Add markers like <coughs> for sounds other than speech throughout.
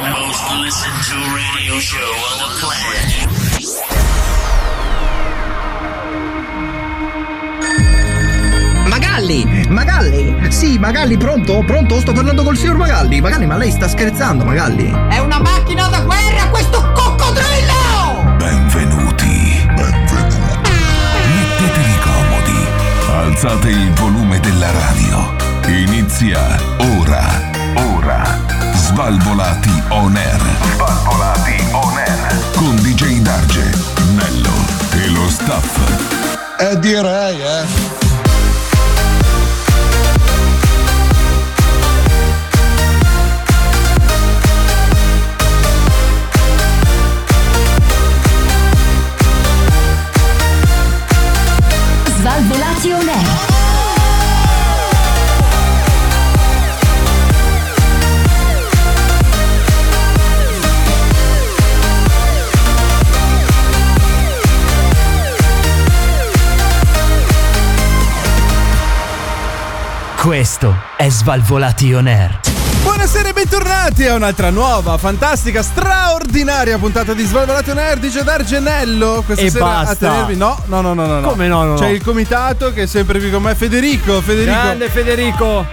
Listen to radio show on the planet. Magalli! Magalli! Sì, Magalli, pronto? Pronto? Sto parlando col signor Magalli. Magalli, ma lei sta scherzando, Magalli? È una macchina da guerra questo coccodrillo! Benvenuti. Benvenuti. Mettetevi comodi. Alzate il volume della radio. Inizia ora. Ora. Svalvolati on air. Svalvolati on air. Con DJ Darge, Nello e lo staff. Eh direi, eh. Svalvolati on air. Questo è Svalvolati On Air. Buonasera e bentornati a un'altra nuova, fantastica, straordinaria puntata di Svalvolato Nerd di D'Argenello. Questa E sera a basta. tenervi. No, no, no, no, no. no. Come no, no, no? C'è il comitato che è sempre qui con me, Federico. Federico. Grande Federico.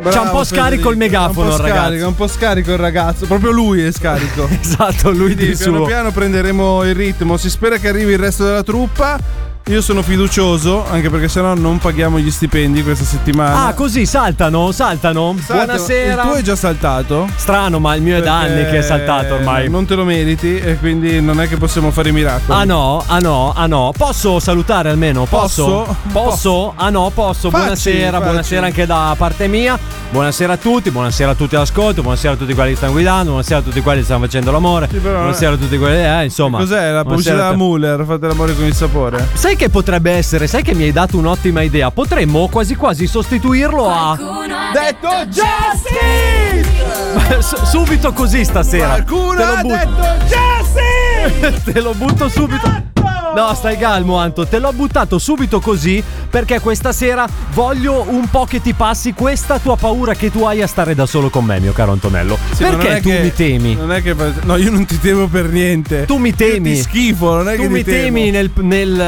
Bravo, C'è un po' scarico il megafono, un po' il ragazzo. Scarico, un po' scarico il ragazzo. Proprio lui è scarico. <laughs> Esatto, lui Quindi di piano suo. piano prenderemo il ritmo. Si spera che arrivi il resto della truppa. Io sono fiducioso, anche perché sennò non paghiamo gli stipendi questa settimana. Ah, così saltano, saltano. Salta, Buonasera. Il tuo è già saltato? Strano, ma il mio è da anni Perché che è saltato ormai. Non te lo meriti e quindi non è che possiamo fare i miracoli. Ah no, ah no, ah no. Posso salutare almeno? Posso? Posso? Posso? Ah no, posso. Facci, buonasera, facci. buonasera anche da parte mia. Buonasera a tutti, buonasera a tutti all'ascolto, buonasera a tutti quelli che stanno guidando, buonasera a tutti quelli che stanno facendo l'amore. però non è- buonasera a tutti quelli eh, insomma. Cos'è la Buonasera pubblicità a te. Muller? Fate l'amore con il sapore. Sai che potrebbe essere? Sai che mi hai dato un'ottima idea? Potremmo quasi quasi sostituirlo a. Detto Justice! <laughs> S- subito così stasera. Qualcuno Te lo ha butto. detto Justice! <laughs> Te lo butto subito. Ecco! No, stai calmo, Anto. Te l'ho buttato subito così perché questa sera voglio un po' che ti passi questa tua paura che tu hai a stare da solo con me, mio caro Antonello. Sì, ma non perché è tu che- mi temi? Non è che. No, io non ti temo per niente. Tu mi temi. Io ti schifo, non è che Tu ti mi temo. temi nel, nel,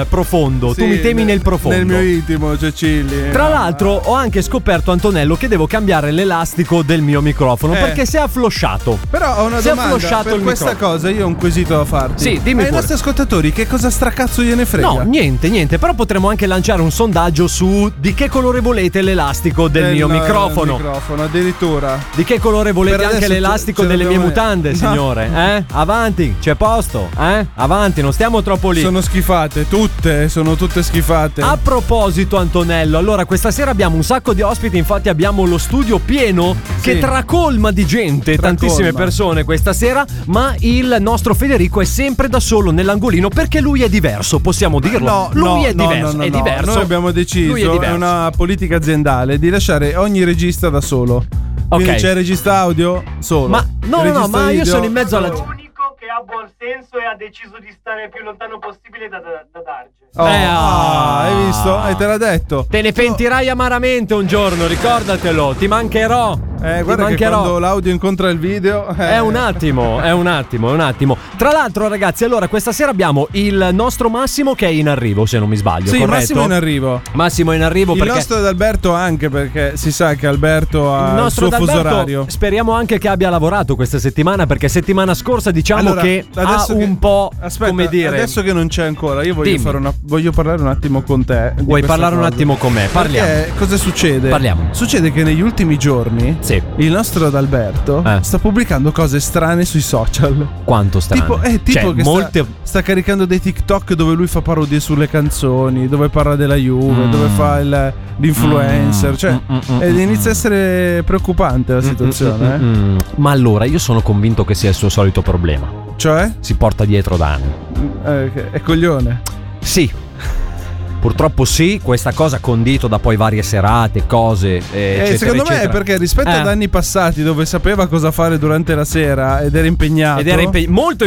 eh, profondo. Sì, tu mi temi nel, profondo. Nel mio intimo, Cecilli. Tra l'altro ho anche scoperto Antonello che devo cambiare l'elastico del mio microfono Eh. perché si è afflosciato. Però ho una Si è domanda afflosciato per il questa microfono. cosa, io ho un quesito da farti. Sì, dimmi Ma ai pure. nostri ascoltatori che cosa stracazzo gliene frega? No, niente, niente, però potremmo anche lanciare un sondaggio su di che colore volete l'elastico del, mio microfono. Del microfono, addirittura. Di che colore Per volete adesso anche ce- l'elastico ce delle mie l'abbiamo detto. mutande, No. signore? Eh? Avanti, c'è posto, eh? Avanti, non stiamo troppo lì. Sono schifate, tutte, sono tutte schifate. A proposito, Antonello, allora questa sera abbiamo un sacco di ospiti, infatti abbiamo lo studio pieno che Sì. tracolma di gente, Tracolma. tantissime persone questa sera, ma il nostro Federico è sempre da solo nell'angolino perché lui è diverso, possiamo dirlo. lui è diverso, no, è no. diverso. Noi abbiamo deciso, Lui è è, diverso. una politica aziendale, di lasciare ogni regista da solo. Quindi Ok. c'è regista audio solo. Ma no, no, regista no, ma Ah, io video- sono in mezzo alla l'unico che ha buon senso e ha deciso di stare più lontano possibile da, da, da Darge. Oh, Eh, ah. ah, hai visto? E te l'ha detto. Te ne pentirai amaramente un giorno, ricordatelo, ti mancherò. Eh, ti guarda che mancherò. quando l'audio incontra il video eh. È un attimo, è un attimo, è un attimo. Tra l'altro, ragazzi, allora questa sera abbiamo il nostro Massimo che è in arrivo, se non mi sbaglio, Sì, corretto? Massimo è in arrivo. Massimo è in arrivo Il perché nostro ad Alberto anche perché si sa che Alberto ha il il, nostro suo fuso D'Alberto orario. speriamo anche che abbia lavorato questa settimana perché settimana scorsa diciamo Allora, che ha adesso che- un po' Aspetta, come dire Adesso che non c'è ancora, io voglio, Dimmi. fare una- voglio parlare un attimo con te. di Vuoi questa parlare un cosa. attimo con me? Parliamo. Perché cosa succede? Parliamo. Succede che negli ultimi giorni Sì. il nostro Adalberto Eh. sta pubblicando cose strane sui social. quanto strano. Tipo, eh, tipo Cioè, che sta- molte- sta, caricando dei TikTok dove lui fa parodie sulle canzoni, dove parla della Juve, dove fa il- l'influencer. Mm. Cioè, Mm, mm, mm, ed mm, inizia a essere preoccupante la situazione. eh. Mm, Ma allora io sono convinto che sia il suo solito problema. Cioè, Si porta dietro da anni. eh, che- è coglione. Sì. Purtroppo sì, questa cosa condito da poi varie serate, cose, eh, Eh, eccetera, secondo me è eccetera. perché rispetto Eh. ad anni passati dove sapeva cosa fare durante la sera ed era impegnato Ed era impe- molto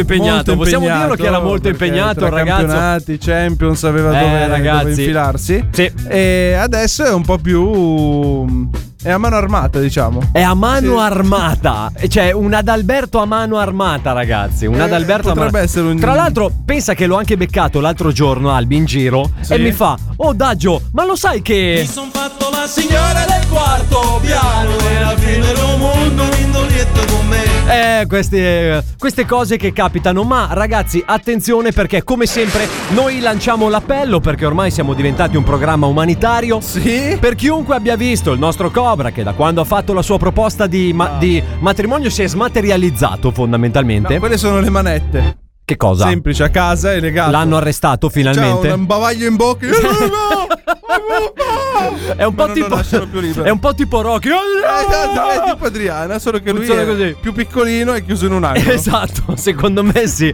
molto impegnato, possiamo impegnato, dirlo che era molto perché impegnato tra il ragazzo. campionati, Champions aveva Eh, dove, dove ragazzi. infilarsi Sì. e adesso è un po' più È a mano armata, diciamo. È a mano Sì. armata. Cioè, un Adalberto a mano armata, ragazzi. Un Eh, Adalberto a mano potrebbe essere un- Tra l'altro, pensa che l'ho anche beccato l'altro giorno, Albi, in giro. Sì. E mi fa: Oh, Daggio, ma lo sai che. Mi son fatto la signora del quarto piano. E alla fine del mondo un con me. Eh, queste, queste cose che capitano. Ma, ragazzi, attenzione perché, come sempre, noi lanciamo l'appello perché ormai siamo diventati un programma umanitario. Sì. Per chiunque abbia visto il nostro Cobra, che da quando ha fatto la sua proposta di, Ah. ma- di matrimonio si è smaterializzato fondamentalmente. No, quelle sono le manette. Che cosa? Semplice, a casa e legato. L'hanno arrestato C'ha finalmente. un, un bavaglio in <laughs> bocca. Io non lo- È Ma un po' non lo tipo. lasciano più libero. Eh, È un po' tipo Rocky. Esatto, è tipo Adriana, solo che lui Funziona è così. più piccolino e chiuso in un angolo. Esatto, secondo me sì.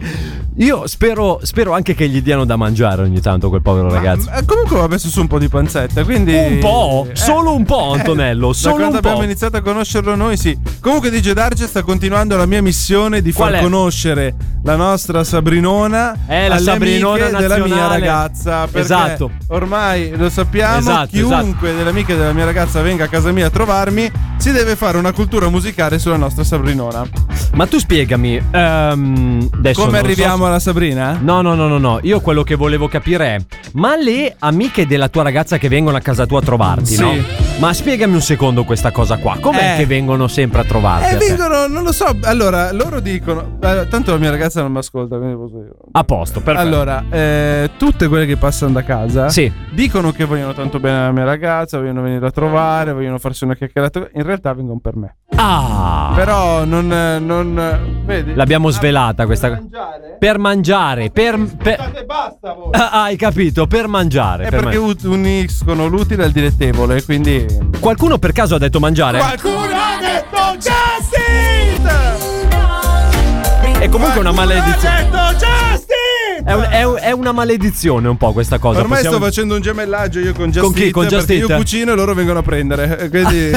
Io spero, spero anche che gli diano da mangiare ogni tanto quel povero ragazzo. Ma- eh, comunque va messo su un po' di panzetta, quindi... Un po', Eh, solo un po', Antonello, da solo quando un po'. abbiamo iniziato a conoscerlo noi, sì. Comunque DJ Darge sta continuando la mia missione di Qual far è? conoscere la nostra Sabrinona Eh, la alle Sabrinona amiche della mia nazionale. ragazza. Perché Esatto. ormai lo sappiamo, Esatto, chiunque delle amiche della mia ragazza venga a casa mia a trovarmi, si deve fare una cultura musicale sulla nostra Sabrinona. Ma tu spiegami. ehm, adesso Come non so arriviamo se- alla Sabrina? No, no, no, no, no. Io quello che volevo capire è: ma le amiche della tua ragazza che vengono a casa tua a trovarti, Sì. no? Ma spiegami un secondo questa cosa qua. Com'è Eh. che vengono sempre a trovarti? Eh, a te? vengono, non lo so. Allora, loro dicono. eh, tanto la mia ragazza non mi ascolta, quindi posso dire. A posto, perfetto. Allora, eh, tutte quelle che passano da casa Sì. dicono che vogliono tanto bene la mia ragazza, vogliono venire a trovare, vogliono farsi una chiacchierata. In realtà vengono per me. Ah, Però non. eh, non, eh, vedi? l'abbiamo Ah, svelata questa Per mangiare? Per mangiare, per. per- Scusate, basta voi. Ah, hai capito, per mangiare. È per perché man- ut- uniscono l'utile al dilettevole, quindi. Qualcuno per caso ha detto mangiare? Qualcuno ha detto Justin! è comunque una maledizione. detto Justin! È, un- è un- è una maledizione un po' questa cosa. Ormai Possiamo- sto facendo un gemellaggio io con Just Con chi? Eat, Con Just perché Eat? io cucino e loro vengono a prendere. <laughs> eh, <laughs> Quindi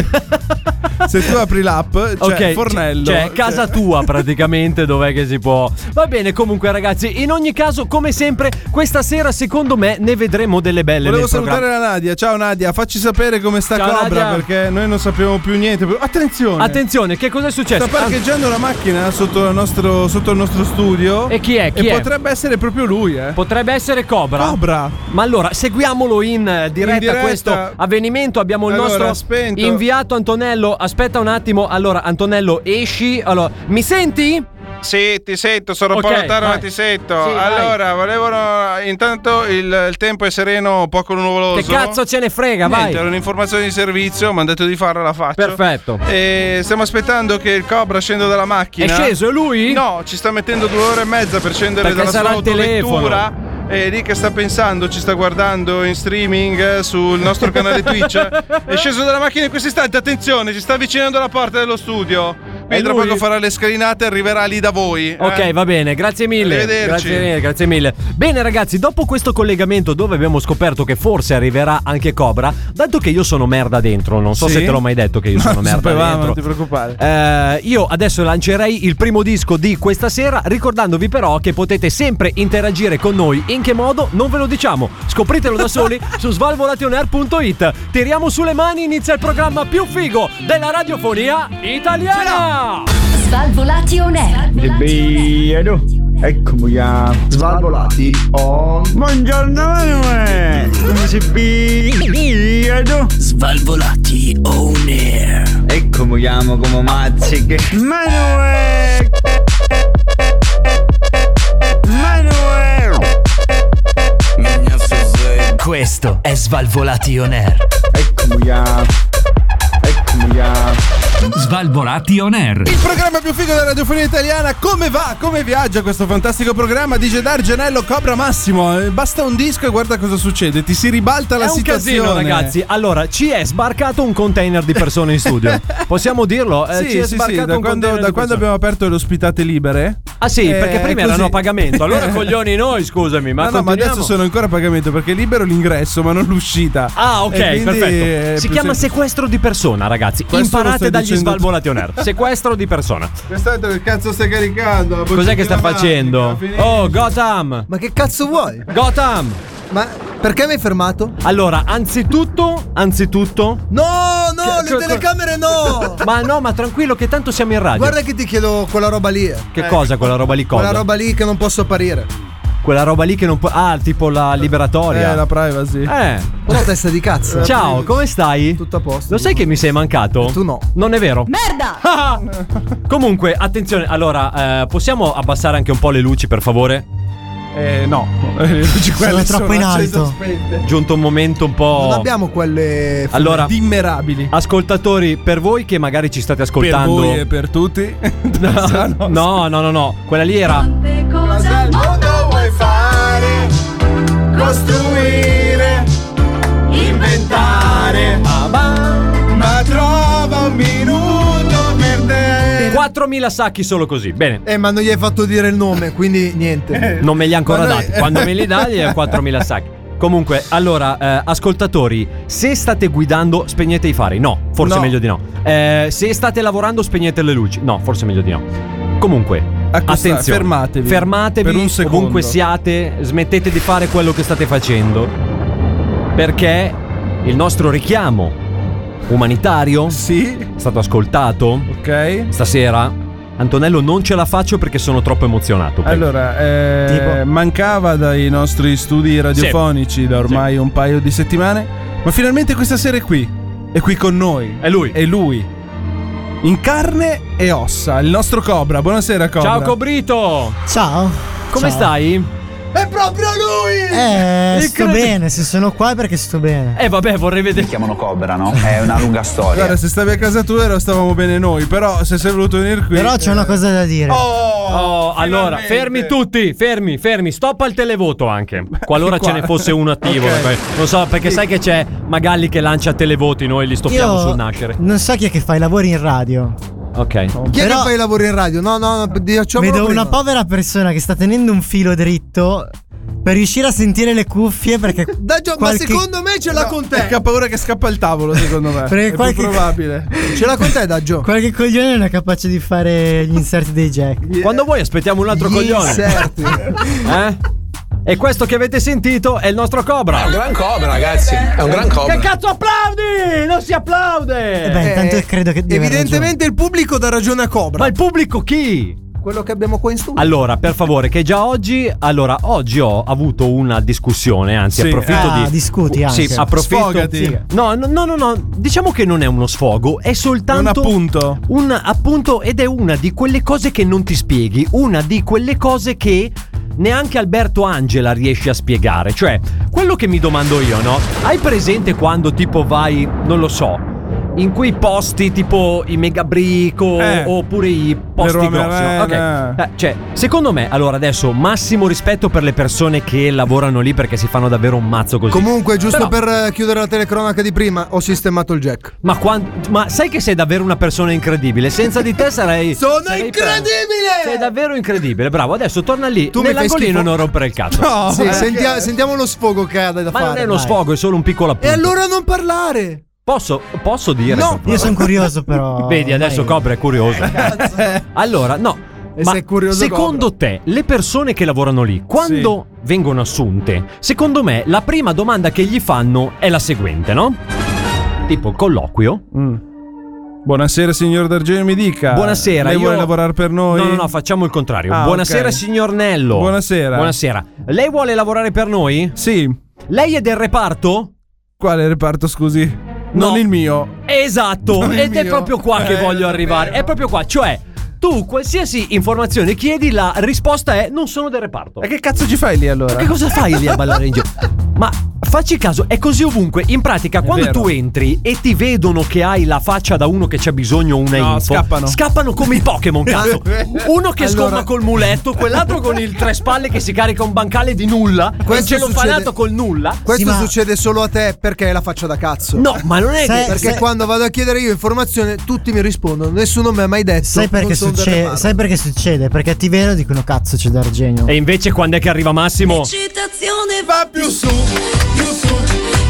se tu apri l'app, c'è Ok, fornello. Cioè, casa tua praticamente, dov'è che si può. Va bene, comunque, ragazzi. In ogni caso, come sempre, questa sera, secondo me, ne vedremo delle belle. Cioè, Volevo nel salutare programma. la Nadia. Ciao Nadia, facci sapere come sta Ciao, Cobra Nadia. perché noi non sappiamo più niente. Attenzione! Attenzione, che cosa è successo? Sta parcheggiando la macchina sotto, la nostro- sotto il nostro studio. E chi è? Chi e è? potrebbe essere proprio lui, eh. Ah, potrebbe essere Cobra. Cobra. Ma allora, seguiamolo in eh, diretta, In diretta. questo avvenimento. Abbiamo il Allora, nostro spento. inviato Antonello. Aspetta un attimo. Allora, Antonello, esci. Allora, mi senti? Sì, ti sento, sono Ok, Paolo Taro, Eh, vai. ma ti sento. Sì, vai. allora, volevano. Intanto il, il tempo è sereno, poco nuvoloso. Che cazzo ce ne frega, vai. Niente, era un'informazione di servizio, mi hanno detto di farla, la faccio. Perfetto. E stiamo aspettando che il Cobra scenda dalla È macchina. sceso, è lui? No, ci sta mettendo due ore e mezza per scendere Perché dalla sua sarà il autovettura. E lì che sta pensando, ci sta guardando in streaming eh, sul nostro canale <laughs> Twitch. È sceso dalla macchina in questo istante, attenzione, ci sta avvicinando alla porta dello studio. È Quindi tra lui? poco farà le scalinate e arriverà lì da voi. eh. Ok, va bene, grazie mille. Arrivederci. Grazie mille, grazie mille. Bene, ragazzi, dopo questo collegamento dove abbiamo scoperto che forse arriverà anche Cobra, dato che io sono merda dentro, non so Sì? se te l'ho mai detto che io No, sono <laughs> lo merda sapevamo, dentro. non ti preoccupare. Eh, io adesso lancerei il primo disco di questa sera, ricordandovi però che potete sempre interagire con noi. In che modo? Non ve lo diciamo. Scopritelo da soli <laughs> su svalvolationair.it. Tiriamo sulle mani, inizia il programma più figo della radiofonia italiana. Svalvolati on air. Eccomi a Svalvolati on Buongiorno Come si vedo Svalvolati on air. Eccomi chiamo come mazziche eh. Manuel Manuel Questo è Svalvolati on air. Eccomi a Eccomi a Svalvolati on air. Il programma più figo della radiofonia italiana, come va? Come viaggia questo fantastico programma di Gedar Genello Cobra Massimo? Eh, Basta un disco e guarda cosa succede, ti si ribalta la È un situazione. casino, ragazzi. Allora, ci è sbarcato un container di persone <laughs> in studio. Possiamo dirlo? Eh, Sì, ci è sì, sbarcato sì, da un quando, container da di quando persone. abbiamo aperto le ospitate libere. Ah, sì, Eh, perché prima così. erano a pagamento. Allora, coglioni noi, scusami. Ma no, no, ma continuiamo? adesso sono ancora a pagamento perché è libero l'ingresso, ma non l'uscita. Ah, ok, E eh, quindi è perfetto. Si più chiama semplice. sequestro di persona, ragazzi. Questo lo Imparate stai dagli dicendo tu. svalvolati on air. Sequestro di persona. Quest'altro che cazzo stai caricando? La Cos'è che sta bottiglia facendo? magica, finisci. Oh, Gotham! Ma che cazzo vuoi? Gotham! Ma perché mi hai fermato? Allora, anzitutto, anzitutto, No! No, no, le co- co- telecamere no. <laughs> Ma no, ma tranquillo, che tanto siamo in radio. Guarda che ti chiedo quella roba lì. eh. Che cosa quella roba lì? Cosa? Quella roba lì che non posso apparire. Quella roba lì che non può. Ah, tipo la liberatoria. Eh, la privacy. Eh. Però testa di cazzo. Ciao, come stai? Tutto a posto. Lo sai che mi sei mancato? Tu no. Non è vero? Ah! Merda! Comunque, attenzione, allora, eh, possiamo abbassare anche un po' le luci, per favore? Eh, <laughs> no. Sono troppo in alto. Giunto un momento un po'. Non abbiamo quelle Oh. Allora, dimmerabili. Ascoltatori, per voi che magari ci state Per ascoltando. voi e per tutti. <laughs> no, no, no, no, no. Quella lì era. Cosa al mondo vuoi fare? Costruire, inventare. Ma trova un minuto per te. 4.000 sacchi solo così. Bene. Eh, ma non gli hai fatto dire il nome, quindi niente. <laughs> Non me li ha ancora Ma noi- dati. Quando me li dai è 4.000 sacchi. Comunque, allora, eh, ascoltatori, se state guidando, spegnete i fari. No, forse No. meglio di no. Eh, se state lavorando, spegnete le luci. No, forse meglio di no. Comunque, Accostate, attenzione, fermatevi. fermatevi Per un secondo. ovunque siate, smettete di fare quello che state facendo. Perché il nostro richiamo umanitario è stato ascoltato. Ok. Stasera, Antonello, non ce la faccio perché sono troppo emozionato. Allora, eh, Tipo? mancava dai nostri studi radiofonici da ormai un paio di settimane, ma finalmente questa sera è qui. È qui con noi. È lui. È lui. In carne e ossa, il nostro Cobra. Buonasera Cobra. Ciao Cobrito! Ciao. Come Ciao. stai? È proprio lui! Eh, Incredibile. sto bene, se sono qua è perché sto bene. Eh vabbè, vorrei vedere. Chiamano Cobra, no? È una lunga storia. Guarda, se stavi a casa tua era- stavamo bene noi, però se sei voluto venire qui... eh, Però c'è una cosa da dire. Oh, allora, fermi tutti, fermi, fermi, stop al televoto anche. Qualora Qua. ce ne fosse uno attivo. Ok. perché- Non so, perché sai che c'è Magalli che lancia televoti, noi li stoppiamo Io sul nascere. Non so chi è che fa i lavori in radio. Ok. Chi è Però- che fa i lavori in radio? No, no, no diciamolo Vedo prima. una povera persona che sta tenendo un filo dritto per riuscire a sentire le cuffie perché. <laughs> Da Gio- qualche- Ma secondo me ce l'ha No, con Perché te. ha paura che scappa il tavolo, secondo <laughs> me. Perché è più qualche- probabile. Ce l'ha con te, Daggio. Qualche coglione non è capace di fare gli inserti dei jack. Quando vuoi aspettiamo un altro Gli coglione. inserti. <laughs> Eh? E questo che avete sentito è il nostro Cobra. È un gran Cobra, ragazzi. È un gran Cobra. Che cazzo applaudi? Non si Eh, applaude. beh, intanto credo che deve Eh, Evidentemente il pubblico dà ragione a Cobra. Ma il pubblico chi? Quello che abbiamo qua in studio. Allora, per favore, che già oggi, allora, oggi ho avuto una discussione, anzi, Sì. approfitto Ah, di. discuti anche. Sì, approfitto. Sfogati. No, no, no, no, no, diciamo che non è uno sfogo, è soltanto. Un appunto. Un appunto, ed è una di quelle cose che non ti spieghi, una di quelle cose che. Neanche Alberto Angela riesce a spiegare. Cioè, quello che mi domando io, no? Hai presente quando tipo vai, non lo so, in quei posti tipo i megabrico Eh. oppure Oh, i posti Leroy grossi? no? Ok. Merlin. Eh, cioè, secondo me, allora adesso massimo rispetto per le persone che lavorano lì perché si fanno davvero un mazzo così. Comunque, giusto Però- per eh, chiudere la telecronaca di prima, ho sistemato il jack. Ma, quan- ma sai che sei davvero una persona incredibile? Senza di te <laughs> sarei. Sono sarei incredibile! Sei davvero incredibile, bravo. Adesso torna lì. Tu Tu mi fai Nell'angolino schifo. non rompere il cazzo. <laughs> Sì, Eh. sentia- sentiamo lo sfogo che ha da Ma fare. non è uno dai. sfogo, è solo un piccolo appunto. E allora non parlare. Posso, posso dire? No, per Io sono curioso, però. Ah, favore? Vedi, adesso Cobra è curioso. Eh, <laughs> allora, no. E ma sei curioso, secondo te, le persone che lavorano lì, quando vengono assunte, secondo me la prima domanda che gli fanno è la seguente, no? Tipo il colloquio. Mm. Buonasera, signor D'Argenio, mi dica. Buonasera, Lei io- vuole lavorare per noi? No, no, no, facciamo il contrario. Ah, Buonasera, ok. signor Nello. Buonasera. Buonasera. Lei vuole lavorare per noi? Sì. Lei è del reparto? Quale reparto, scusi? Non il mio. Esatto, Non il ed è mio. proprio qua che Eh, voglio arrivare. È proprio qua, cioè tu qualsiasi informazione chiedi, la risposta è non sono del reparto. E che cazzo ci fai lì allora? Ma che cosa fai lì a ballare <laughs> in giro? Ma facci caso, è così ovunque. In pratica, quando vero. tu entri e ti vedono che hai la faccia da uno che c'ha bisogno una No, info, scappano. come i Eh. Pokémon, <laughs> <laughs> cazzo. Uno che Allora- scomma col muletto, quell'altro con il tre spalle che si carica un bancale di nulla, Questo e ce l'ho succede- fanato col nulla. Questo Sì, ma- succede solo a te perché hai la faccia da cazzo. No, ma non è che- Perché se- quando vado a chiedere io informazione, tutti mi rispondono. Nessuno mi ha mai detto. Sai perché, non sono del succede, reparto. sai perché succede? Perché ti vedono e dicono cazzo c'è D'Argenio. E invece quando è che arriva Massimo? Citazione va più su, più su,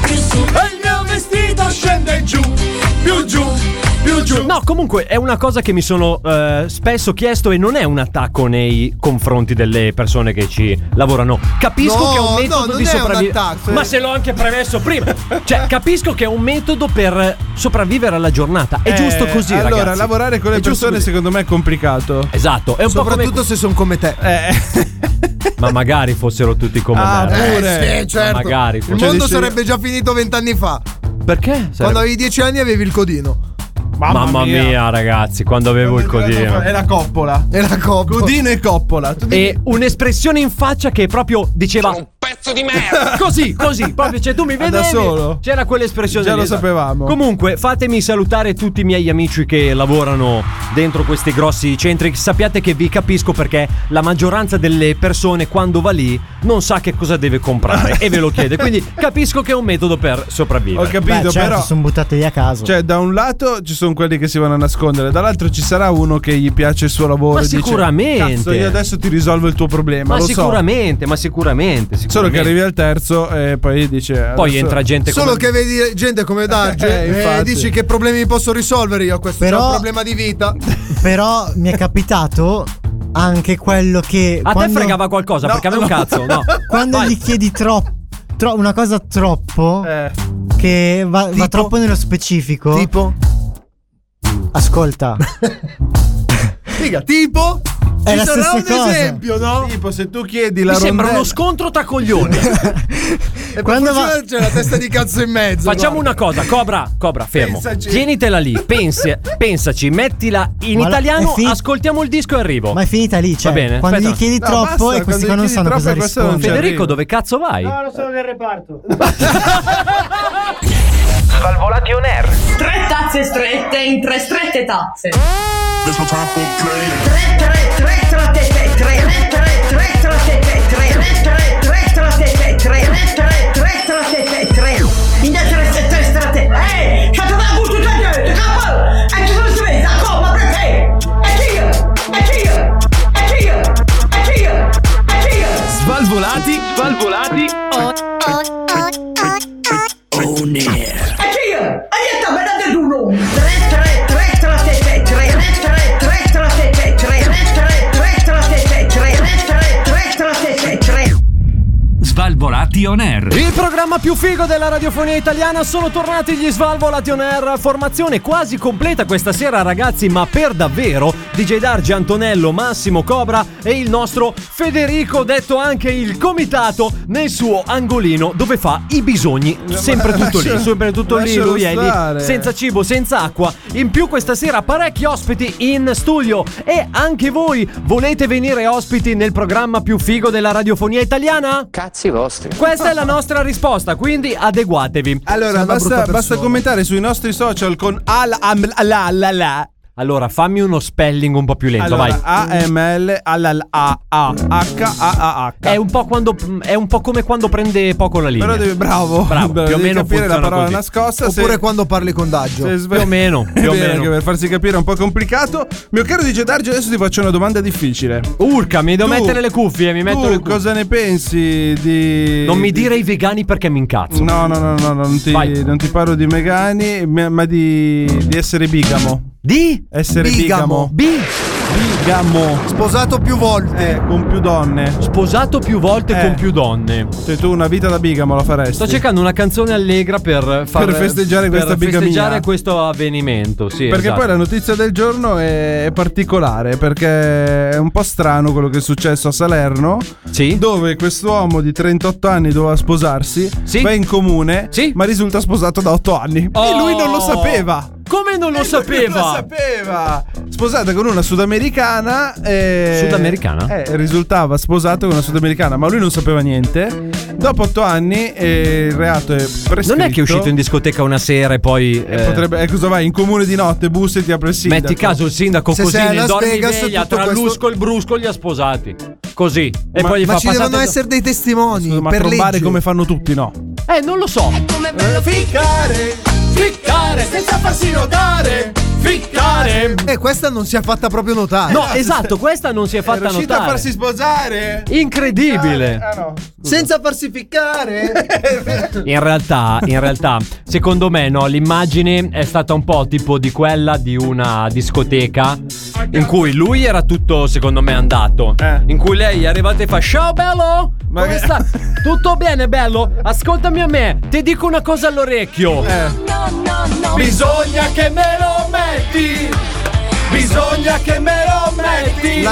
più su. E il mio vestito scende giù, più giù, più giù. No, comunque è una cosa che mi sono eh, spesso chiesto e non è un attacco nei confronti delle persone che ci lavorano. Capisco No, che è un metodo no, non di è un sopravvivenza. attacco, eh. Ma se l'ho anche premesso prima. cioè, capisco che è un metodo per sopravvivere alla giornata. È Eh, giusto così, Allora, ragazzi. lavorare con le È giusto persone così. secondo me è complicato. Eh, Esatto, è un po' come Soprattutto se sono come te. Ma magari fossero tutti come Ah, me. pure. Ma sì, certo. Magari Il mondo sarebbe già finito vent'anni fa. Perché? Quando avevi dieci anni avevi il codino. Mamma, mia. ragazzi, quando avevo il codino. È la coppola. È la coppola. Codino e coppola. Tu E un'espressione in faccia che proprio diceva. un pezzo <laughs> di merda! così, così. Proprio, cioè, tu mi Da vedevi. solo. C'era quell'espressione. Già lì, lo esatto. sapevamo. Comunque, fatemi salutare tutti i miei amici che lavorano dentro questi grossi centri. Sappiate che vi capisco perché la maggioranza delle persone, quando va lì, non sa che cosa deve <laughs> comprare e ve lo chiede. Quindi capisco che è un metodo per sopravvivere. Ho capito, Beh, certo, però. sono buttati via a caso. Cioè, da un lato ci sono quelli che si vanno a nascondere, dall'altro ci sarà uno che gli piace il suo lavoro. Ma e dice, sicuramente. Cazzo, io adesso ti risolvo il tuo problema. Eh, Ma lo so." sicuramente, ma sicuramente, sicuramente. Solo che arrivi al terzo e poi dice. Poi "Adesso-" entra gente Solo come- che vedi gente come Eh, Darge e infatti. dici che problemi posso risolvere io. Questo è Però- un problema di vita. Però mi è capitato anche quello che. A quando- te fregava qualcosa perché a me un cazzo, no. <laughs> <laughs> Quando gli chiedi troppo. tro- una cosa troppo. Eh. Che va, va troppo nello specifico. Tipo. Ascolta. <laughs> Figa, tipo. È ci la sarà stessa un cosa. esempio, no? Tipo, se tu chiedi la Mi sembra rondella- uno scontro <laughs> tra coglioni. E Quando Quando va- c'è la testa di cazzo in mezzo. Facciamo una cosa, Cobra, Cobra, fermo. Pensaci. Tienitela lì, pensi- pensaci, mettila in Ma la- italiano, è fin- ascoltiamo il disco e arrivo. Ma è finita lì, cioè. Va bene, quando aspetta. gli chiedi No, troppo basta, e questi qua quando non gli sanno chiedi cosa troppo e questo non rispondere. c'è Federico, arrivo. dove cazzo vai? No, non sono del reparto. Svalvolati on air. Tre tazze strette in tre strette tazze. Svalvolati, svalvolati. Oh, On air. Svalvolati on air. Il programma più figo della radiofonia italiana sono tornati gli Svalvolati on Air. Formazione quasi completa questa sera, ragazzi, ma per davvero. DJ Dargi, Antonello, Massimo Cobra e il nostro Federico, detto anche il comitato, nel suo angolino dove fa i bisogni. Sempre tutto lì, sempre tutto lì. lascialo Lui è lì, stare. senza cibo, senza acqua. In più, questa sera parecchi ospiti in studio. E anche voi volete venire ospiti nel programma più figo della radiofonia italiana? Cazzi vostri. Questa è la nostra risposta, quindi adeguatevi. Allora, basta, basta commentare sui nostri social con al am- la la la. Allora, fammi uno spelling un po' più lento, Allora, vai. AML alla A A H A A H. È un po' quando è un po' come quando prende poco la linea. Però devi- bravo. Bravo, Bravo, più o devi meno capire la funziona parola così. nascosta se- Oppure quando parli con Daggio. Se sve- Più <laughs> o meno, È più o vero meno. che per farsi capire è un po' complicato. Mio caro DJ Darge, adesso ti faccio una domanda difficile. Urca, mi devo Tu- mettere le cuffie, mi metto tu le cuffie. cosa ne pensi di Non mi di- dire i vegani perché mi incazzo. No, no, no, no, no, non, ti, Vai. non ti parlo di Megani, ma ma di, di essere bigamo. Di Essere bigamo. B Bigamo. Sposato più volte. Eh, con più donne. sposato più volte Eh. con più donne. Cioè, tu una vita da bigamo la faresti. Sto cercando una canzone allegra per far, Per festeggiare per questa bigamia. festeggiare questo avvenimento, sì, Perché esatto. poi la notizia del giorno è è particolare, perché è un po' strano quello che è successo a Salerno, dove quest'uomo di 38 anni doveva sposarsi, va in comune, ma risulta sposato da 8 anni. E lui non lo Oh. sapeva. Come non lo E lui sapeva? Non lo sapeva. Sposata con una sudamericana. E... Sudamericana? Eh, risultava sposato con una sudamericana, ma lui non sapeva niente. Dopo 8 anni eh, il reato è prescritto. Non è che è uscito in discoteca una sera e poi eh, Potrebbe, eh, cosa vai in comune di notte, bussi e ti apre il sindaco. Metti caso il sindaco Se così sei a nel Las Vegas, dormiveglia tutto tra questo- l'usco e il brusco li ha sposati. Così. E Ma- poi gli Ma fa ci passate- devono essere dei testimoni Ma per trombare legge. come fanno tutti, no? Eh, non lo so. come bello ficcare. Ficcare senza farsi notare. Ficcare! E Eh, questa non si è fatta proprio notare. No, esatto, questa non si è fatta riuscita a notare. farsi sposare. Incredibile. Senza farsi ficcare. In realtà, in realtà, secondo me, no, l'immagine è stata un po' tipo di quella di una discoteca in cui lui era tutto, secondo me, andato. Eh. In cui lei è arrivata e fa: Ciao bello! <laughs> Come sta? Tutto bene, bello? Ascoltami a me, ti dico una cosa all'orecchio. Eh. Bisogna che me lo metti. Bisogna che me lo metti.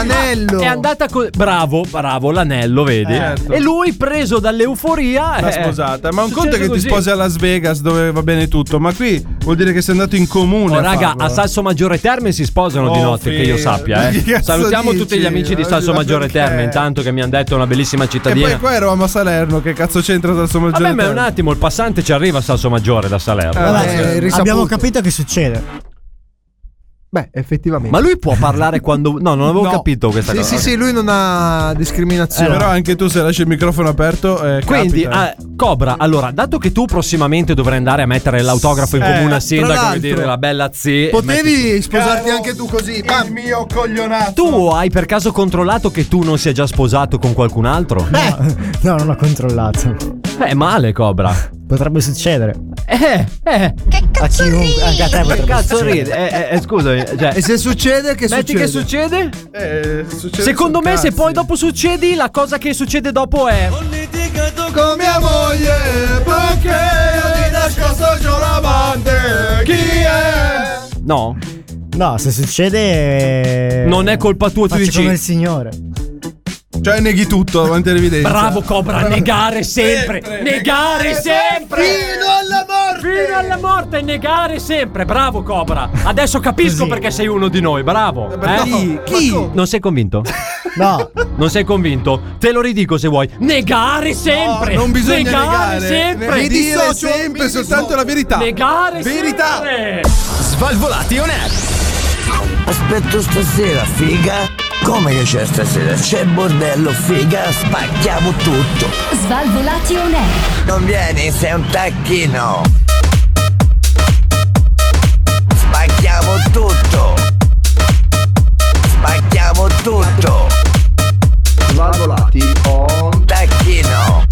È andata co- Bravo, bravo, l'anello, vedi? Certo. E lui, preso dall'euforia. L'ha eh, sposata. Ma un è conto è che successo ti così. sposi a Las Vegas dove va bene tutto, ma qui vuol dire che sei andato in comune. Oh, raga, a Salso Salso Maggiore Terme si sposano di Oh, notte, che io fi- sappia. <laughs> eh. Che cazzo Salutiamo dici? tutti gli amici di Oggi Salso ma Maggiore perché? Terme, intanto che mi hanno detto una bellissima E cittadina. poi qua eravamo a Salerno, che cazzo c'entra Salso Maggiore? Vabbè, ma un attimo, il passante ci arriva a Salso Maggiore da Salerno. Vabbè, risaputo. abbiamo capito che succede. Beh, effettivamente. Ma lui può parlare quando. No, non avevo No. capito questa sì, cosa. Sì, sì, lui non ha discriminazione. Eh, Però anche tu se lasci il microfono aperto. eh, Quindi, capita. ah, Cobra, allora, dato che tu prossimamente dovrai andare a mettere l'autografo in Eh, comune a tra Sindaco, come l'altro, dire la bella zia. e metti- Potevi sposarti Caro, anche tu così. Il mio coglionato. Tu hai per caso controllato che tu non sia già sposato con qualcun altro? Eh. No, non ho controllato. Beh, è male, Cobra. Potrebbe succedere. Eh, eh. Che cazzo Anche a te Che potrebbe cazzo succedere. ride? Eh, eh, eh, scusami. Cioè, E se succede, che Metti succede? che succede? Eh, succede Secondo sul me, se cazzo. poi dopo succedi, la cosa che succede dopo è. con mia moglie perché io ti nascosto giù la bande chi è? No. No, se succede. eh, Non è colpa tua, tu faccio dici- come il signore. Cioè, neghi tutto davanti all'evidenza. Eh, Bravo Cobra, negare sempre, negare sempre. Fino alla morte! Fino alla morte, negare sempre. Bravo Cobra. Adesso capisco perché sei uno di noi, bravo. Eh? Chi? Non <laughs> sei convinto? No. Non sei convinto? Te lo ridico se vuoi. Negare sempre. No, non bisogna negare, negare. sempre. Mi dissocio sempre soltanto la verità. Negare Verità. sempre. Svalvolati on air. Aspetto stasera, figa. Come che c'è stasera? C'è bordello, figa, spacchiamo tutto. Svalvolati on air. Non vieni, sei un tacchino. Spacchiamo tutto. Spacchiamo tutto. Svalvolati un tacchino.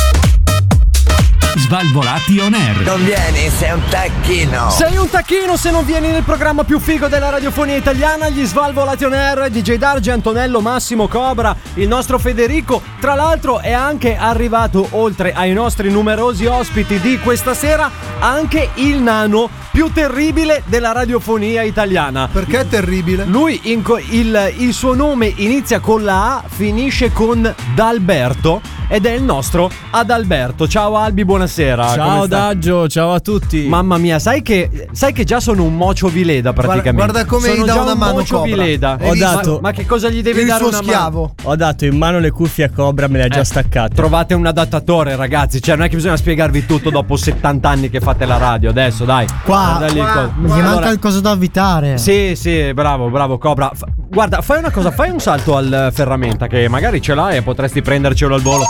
Svalvolati on air. Non vieni, sei un tacchino. Sei un tacchino se non vieni nel programma più figo della radiofonia italiana, gli Svalvolati on Air, DJ Darge, Antonello, Massimo Cobra, il nostro Federico. Tra l'altro è anche arrivato, oltre ai nostri numerosi ospiti di questa sera, anche il nano più terribile della radiofonia italiana. Perché è terribile? Lui, in co- il, il suo nome inizia con la A, finisce con D'Alberto ed è il nostro Adalberto. Ciao Albi, buonasera. Ciao come sta? Daggio, ciao a tutti. Mamma mia, sai che, sai che già sono un mocio vileda praticamente. guarda come sono gli dà già una un mano mocio Cobra. vileda. Ho dato. Ma, ma che cosa gli devi Il dare suo una schiavo. Ho dato in mano le cuffie a Cobra, me le ha già staccate. Trovate un adattatore, ragazzi. Cioè, non è che bisogna spiegarvi tutto dopo 70 anni che fate la radio. Adesso, Ah, dai. Qua, Guarda lì il coso. mi manca Allora, il coso da avvitare. Sì, sì, bravo, bravo, Cobra. F- guarda, fai una cosa, fai un salto al eh, ferramenta che magari ce l'hai e potresti prendercelo al volo.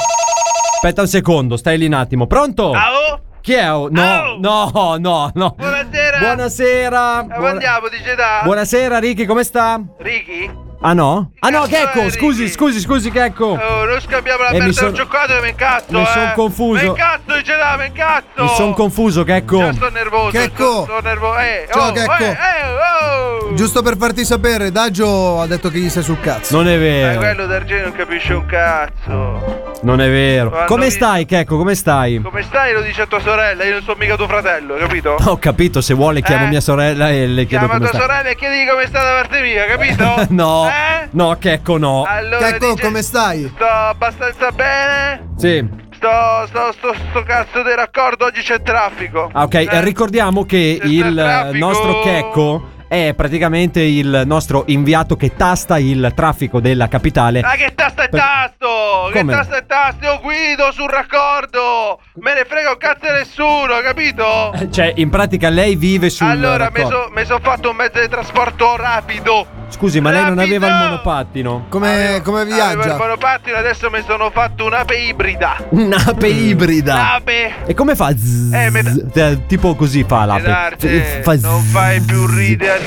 Aspetta un secondo, stai lì un attimo. Pronto? Ciao. Chi è? Oh, No, no, no, no. Buonasera. Buonasera. Ma andiamo, dice da. Buonasera Ricky, come sta? Ricky? Ah no? Ah no, Gecko, Ricky? scusi, scusi, scusi Gecko. Oh, non scambiamo la Eh, mi merda sono- del cioccolato e mi incazzo, mi son eh. confuso. Mi incazzo, dice da, mi incazzo. Mi son confuso Gecko. Io sto nervoso. Checco. Sto, sto nervoso. Eh, Ciao, oh, Checco. eh, eh, oh. Giusto per farti sapere, Daggio ha detto che gli sei sul cazzo. Non è Ma vero, quello d'argento non capisce un cazzo. non è vero. Quando Come vi- stai Gecko, come stai? Come stai? Lo dice a tua sorella, io non sono mica tuo fratello, <laughs> capito? Ho capito, se vuole chiamo Eh? mia sorella e le chiedo Chiama come tua sta. sorella e chiedi come sta da parte mia, <laughs> capito? No, Eh? Ah, no Gecko no. Allora, Checco, dice, come stai? Sto abbastanza bene. Sì. ecco. Sto, sto, sto, sto cazzo del raccordo, oggi c'è traffico. Ah, ok, eh, ricordiamo che il eh, nostro Checco è praticamente il nostro inviato che tasta il traffico della capitale. Ma Ah, che tasta e Per- tasto! Che Come? tasta e tasto! Io guido sul raccordo! Me ne frega un cazzo di nessuno, capito? Cioè, in Eh, pratica lei vive sul Allora, mi raccordo. sono fatto un mezzo di trasporto rapido. Scusi, ma lei non aveva il monopattino? Come, come Avevo il monopattino, adesso mi sono fatto un'ape ibrida. Un'ape ibrida. Un'ape. E come fa? Zzz, Eh, Tipo così fa l'ape. Arte, eh, Fa zzz. non fai più ridere a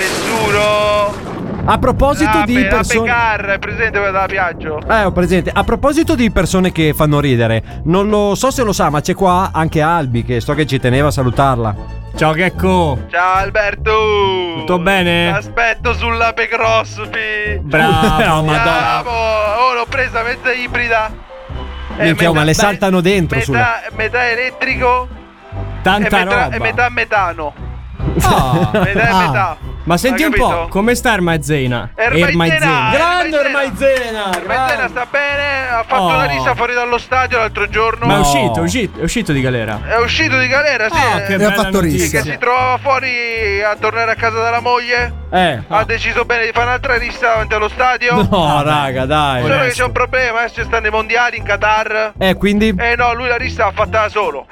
nessuno. A proposito di L'ape, persone- L'ape car, è presente quella della Piaggio? Eh, ho presente. A proposito di persone che fanno ridere, non lo so se lo sa, ma c'è qua anche Albi che so che ci teneva a salutarla. Ciao Gecko. Ciao Alberto! Tutto bene? Aspetto sull'ape Crosby! <laughs> Bravo. No, madonna. Bravo! Oh, l'ho presa mezza ibrida! Eh, Minchia, ma le saltano dentro sulla- Metà, metà elettrico Tanta e, metà, roba. e metà metano. <laughs> Ah. Metà e metà. Ma senti Hai un po', capito? come sta Ermaizena? Grande Ermaizena! Ermaizena sta bene, ha fatto Oh. la risa fuori dallo stadio l'altro giorno. Ma è uscito, è uscito, è uscito di galera. È uscito di galera, sì. Ah, che E ha bella fatto notizia. rissa. Che si trovava fuori a tornare a casa dalla moglie. Eh. Ha deciso bene di fare un'altra rissa davanti allo stadio. No, raga, dai. Solo che c'è un problema, eh, ci stanno i mondiali in Qatar. Eh, quindi. Eh no, lui la rissa l'ha fatta da solo.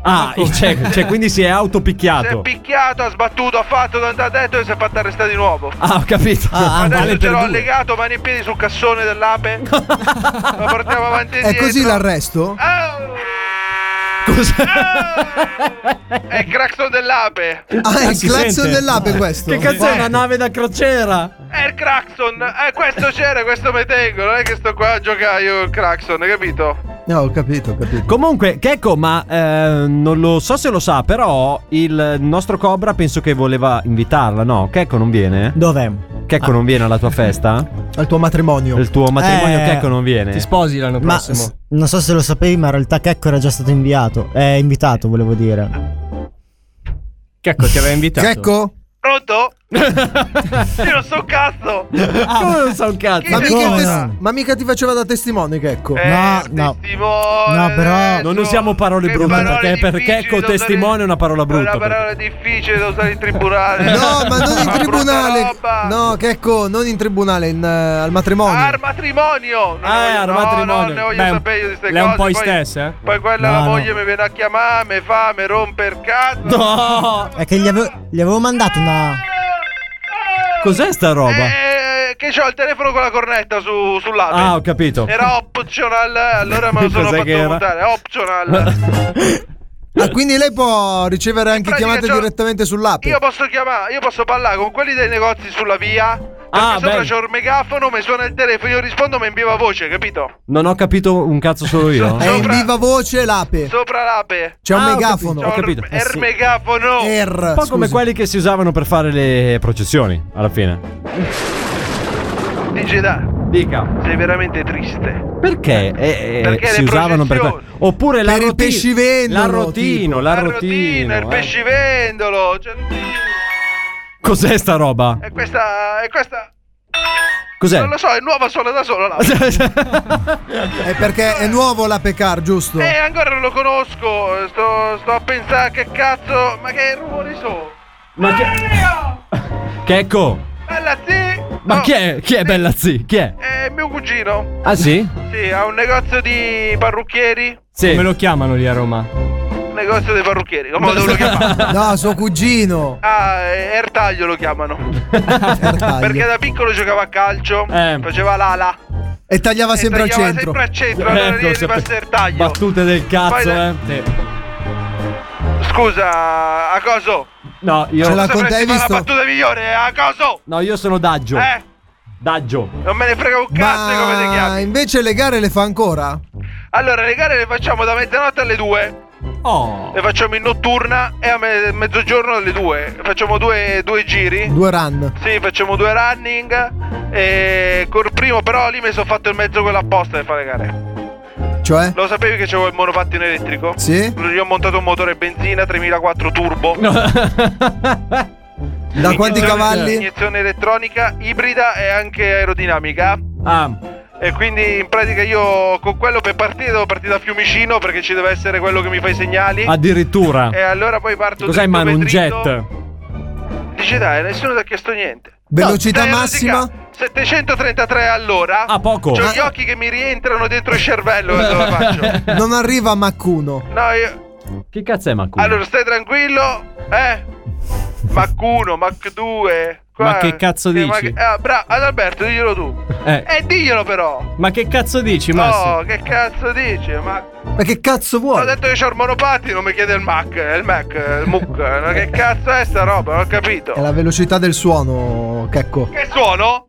Ah, cioè, cioè, quindi si è Si è autopicchiato. picchiato, ha sbattuto, ha fatto, ha detto e si è fatta arrestare di nuovo. Ah, ho capito. Adesso ce l'ho legato mani e piedi sul cassone <laughs> dell'ape. Lo portiamo avanti e È indietro. così l'arresto? Ah, È il craxon dell'ape. Eh, Ah, è il claxon dell'ape questo. Che cazzo è una nave da crociera? È il Craxon, eh, questo c'era, questo mi tengo, non è che sto qua a giocare io il Craxon, hai capito? No, ho capito, ho capito. Comunque, Checco, ma eh, non lo so se lo sa, però il nostro Cobra penso che voleva invitarla, no? Checco non viene? Dov'è? Checco non viene alla tua festa? <laughs> Al tuo matrimonio. Il tuo matrimonio Eh, Checco non viene? Ti sposi l'anno Ma prossimo. s- non so se lo sapevi, ma in realtà Checco era già stato inviato. È invitato, volevo dire. Checco ti aveva invitato. Checco? Pronto? Io non so un cazzo! Ah, Come non so un cazzo? Ma mica, Come te- no? ma mica ti faceva da testimone, che Eh, ecco. No, no. No, però. Non usiamo parole brutte perché per Checco testimone è una parola brutta. Una parola difficile da usare in tribunale. No, ma non in brutta tribunale. roba. Ah, No, che ecco, non in tribunale, in, eh, al matrimonio. Al matrimonio! Non Ah, ne voglio- al no, matrimonio. No, ne voglio Beh, sapere io di queste lei è cose. un po' poi- istessa, eh? Poi quella No, la no. moglie mi viene a chiamare, mi fa, mi rompe il cazzo. Eh, No! È che gli avevo, gli avevo mandato una. Cos'è sta roba? Eh, che c'ho il telefono con la cornetta su, sull'ape. Ah, ho capito. Era optional, eh, allora <laughs> me lo sono Cos'è fatto che era? votare. Optional. Ah, quindi lei può ricevere anche pratica chiamate c'ho- direttamente sull'app. io posso chiamare, io posso parlare con quelli dei negozi sulla via. Perché Ah, sopra bene. c'ho il megafono, mi suona il telefono, io rispondo, ma in viva voce, capito? Non ho capito un cazzo solo <laughs> io. È in viva voce l'ape. Sopra l'ape. C'è un Ah, ho megafono. capito, ho capito. Eh, Er sì. megafono. Un po' come quelli che si usavano per fare le processioni, alla fine. Dice da. Dica. Sei veramente triste. Perché? Eh, eh, Perché si le usavano per que- Oppure la Per il rotina. pescivendolo, La rotino, la rotino. Tina, il eh. pescivendolo. Cioè, Cos'è sta roba? e questa. E questa. Cos'è? Esatto. Non lo so, è nuova sola da sola. là. È perché è nuovo l'ape car, giusto? Eh, ancora non lo conosco. Sto, sto a pensare che cazzo. Ma che rumori sono? Eh, Ma che. Checco. Bella sì! Ma No, chi è? Chi è Bella Zì? Chi è? È mio cugino. Ah sì? Sì, ha un negozio di parrucchieri. Sì. Come lo chiamano lì a Roma? Un negozio dei parrucchieri. Come lo devono chiamare? <laughs> No, suo cugino. Ah, eh, Ertaglio lo chiamano. Perché da piccolo giocava a calcio. Eh. Faceva l'ala. E tagliava sempre al tagliava centro. sempre al centro. Allora Ecco, lì se- rimase Ertaglio. Battute del cazzo, Poi- eh. Scusa, a coso. No, io. Tu sapresti fare la battuta eh, migliore, a coso. No, io sono Daggio. Eh? Daggio. Non me ne frega un cazzo di come ti Ma chiami. Ah, invece le gare le fa ancora? Allora, le gare le facciamo da mezzanotte alle 2. Oh. Le facciamo in notturna e a me- mezzogiorno alle 2. Facciamo due, due giri. Due run. Sì, facciamo due running. E col primo, però, lì mi sono fatto il mezzo quello apposta per fare le gare. Cioè? Lo sapevi che c'avevo il monopattino elettrico? Sì. Io ho montato un motore benzina 3004 <laughs> turbo. Da quanti cavalli? Iniezione elettronica, ibrida e anche aerodinamica. Ah. E quindi in pratica io con quello per partire devo partire da Fiumicino perché ci deve essere quello che mi fa i segnali. Addirittura. E allora poi parto Cos'hai in dritto mano? Un per jet? dritto. Dice dai, nessuno ti ha chiesto niente. Velocità Dai, massima? rosica, 733 all'ora. Ah, poco. C'ho Ah. gli occhi che mi rientrano dentro il cervello quando lo faccio. <laughs> Non arriva a Maccuno. No, io... Che cazzo è <laughs> Macuno? Allora, stai tranquillo, eh? Mac 1, Mac 2, Ma che cazzo sì, dici? ma che- ah, bra- ad Alberto, diglielo tu. Eh. Eh, diglielo però. Ma che cazzo dici, Massimo? Oh, che cazzo dici? Ma Ma che cazzo ho vuoi? detto che c'ho il monopatino, mi chiede il Mac, eh, il Mac, eh, il <laughs> Muc. Ma che cazzo è sta roba? Non ho capito. È la velocità del suono, Checco. Che suono?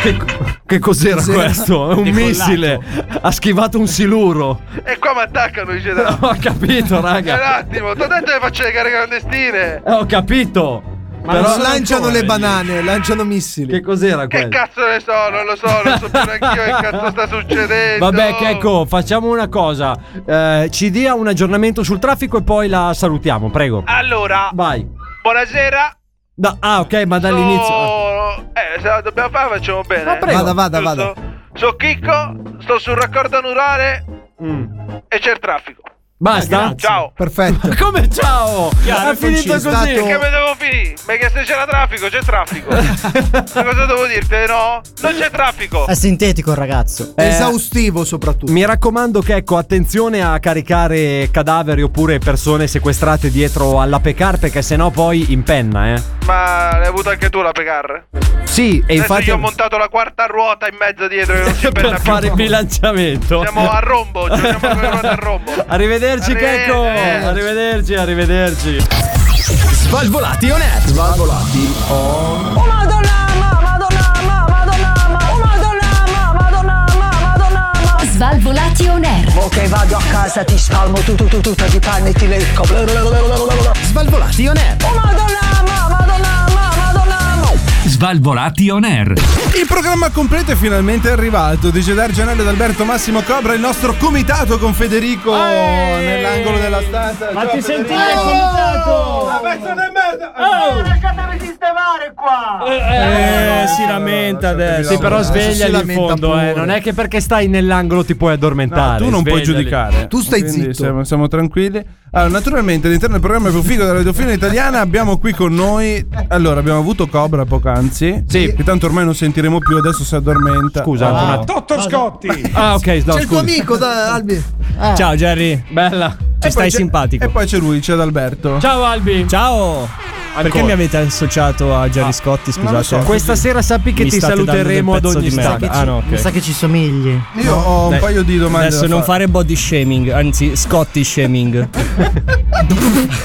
Che cos'era Sì. questo? Un Decollato. missile. Ha schivato un siluro. E qua mi attaccano i Jedi. <laughs> Ho capito, Eh, Un raga. attimo, ti ho detto che faccio le gare clandestine. Eh, Ho capito. Ma Però- non lanciano le banane, lanciano missili. Che cos'era Eh. Che cazzo ne so, non lo so, non so più neanch'io che cazzo sta succedendo. Vabbè, che ecco, facciamo una cosa. Eh, ci dia un aggiornamento sul traffico e poi la salutiamo, prego. Allora, Vai. buonasera. Da- ah, ok, ma dall'inizio. Oh, eh, se la dobbiamo fare facciamo bene. Ma prego. Vada, vada, Giusto? Sono Chicco, sto sul raccordo anulare Mm. e c'è il traffico. Eh, Basta? Ciao. Perfetto. <laughs> Come ciao? È finito così. Perché mi devo finire? Perché se c'era traffico, c'è <laughs> traffico. Ma cosa devo dirti? No? Non c'è traffico. Eh, È sintetico il ragazzo. Esaustivo soprattutto. Mi raccomando che ecco attenzione a caricare cadaveri oppure persone sequestrate dietro alla pecar perché sennò poi in penna, eh. Ma l'hai avuta anche tu la Pecar? Sì, e Adesso infatti io ho montato la quarta ruota in mezzo dietro e non si penna <laughs> per più. fare il bilanciamento. Siamo a rombo, giochiamo con le ruote a rombo. Arrivederci Checco. Arrivederci, arrivederci. Svalvolati on air. Svalvolati on. Oh madonna, ma, madonna, ma, madonna, ma, oh madonna, ma, madonna, ma, madonna, ma. Svalvolati on air. Ok, vado a casa, ti spalmo tu, tu, tu, tu, ti panni, ti lecco. Svalvolati on air. Oh madonna, ma, madonna, ma, madonna, ma. Svalvolati on air. Il programma completo è finalmente arrivato di Gedar Gianello ed Alberto Massimo Cobra, il nostro comitato con Federico Oh, nell'angolo della stanza. cioè, Ma Ciao, ti Federico. senti nel comitato? Ma pezzo di merda! Oh, lasciatemi sistemare qua! Eh, si lamenta adesso. Sì, però svegliali in fondo, eh. Non è che perché stai nell'angolo ti puoi addormentare. No, tu non puoi svegliali. giudicare. Quindi Siamo, siamo tranquilli. Allora, naturalmente, all'interno del programma più figo della radiofonia italiana abbiamo qui con noi. Allora, abbiamo avuto Cobra poc'anzi. Sì. Che tanto ormai non sentiremo più, adesso si addormenta. Ah. Scusa, anche un attimo. Dottor Scotti! Ah, ok, no, C'è il tuo scusa. amico, da, Albi. Ah. Ciao Jerry. Bella. Ci stai simpatico. E poi c'è lui, c'è Alberto. Ciao Albi. Ciao. Perché mi avete associato a Jerry Scotti? non lo Scusate. so. Questa sera sappi che ti saluteremo ad ogni istante. istante. Ah, no, ok. Mi sa che ci somigli. Io ho un Dai, paio di domande. Adesso da non fare. fare body shaming, anzi, Scotti shaming.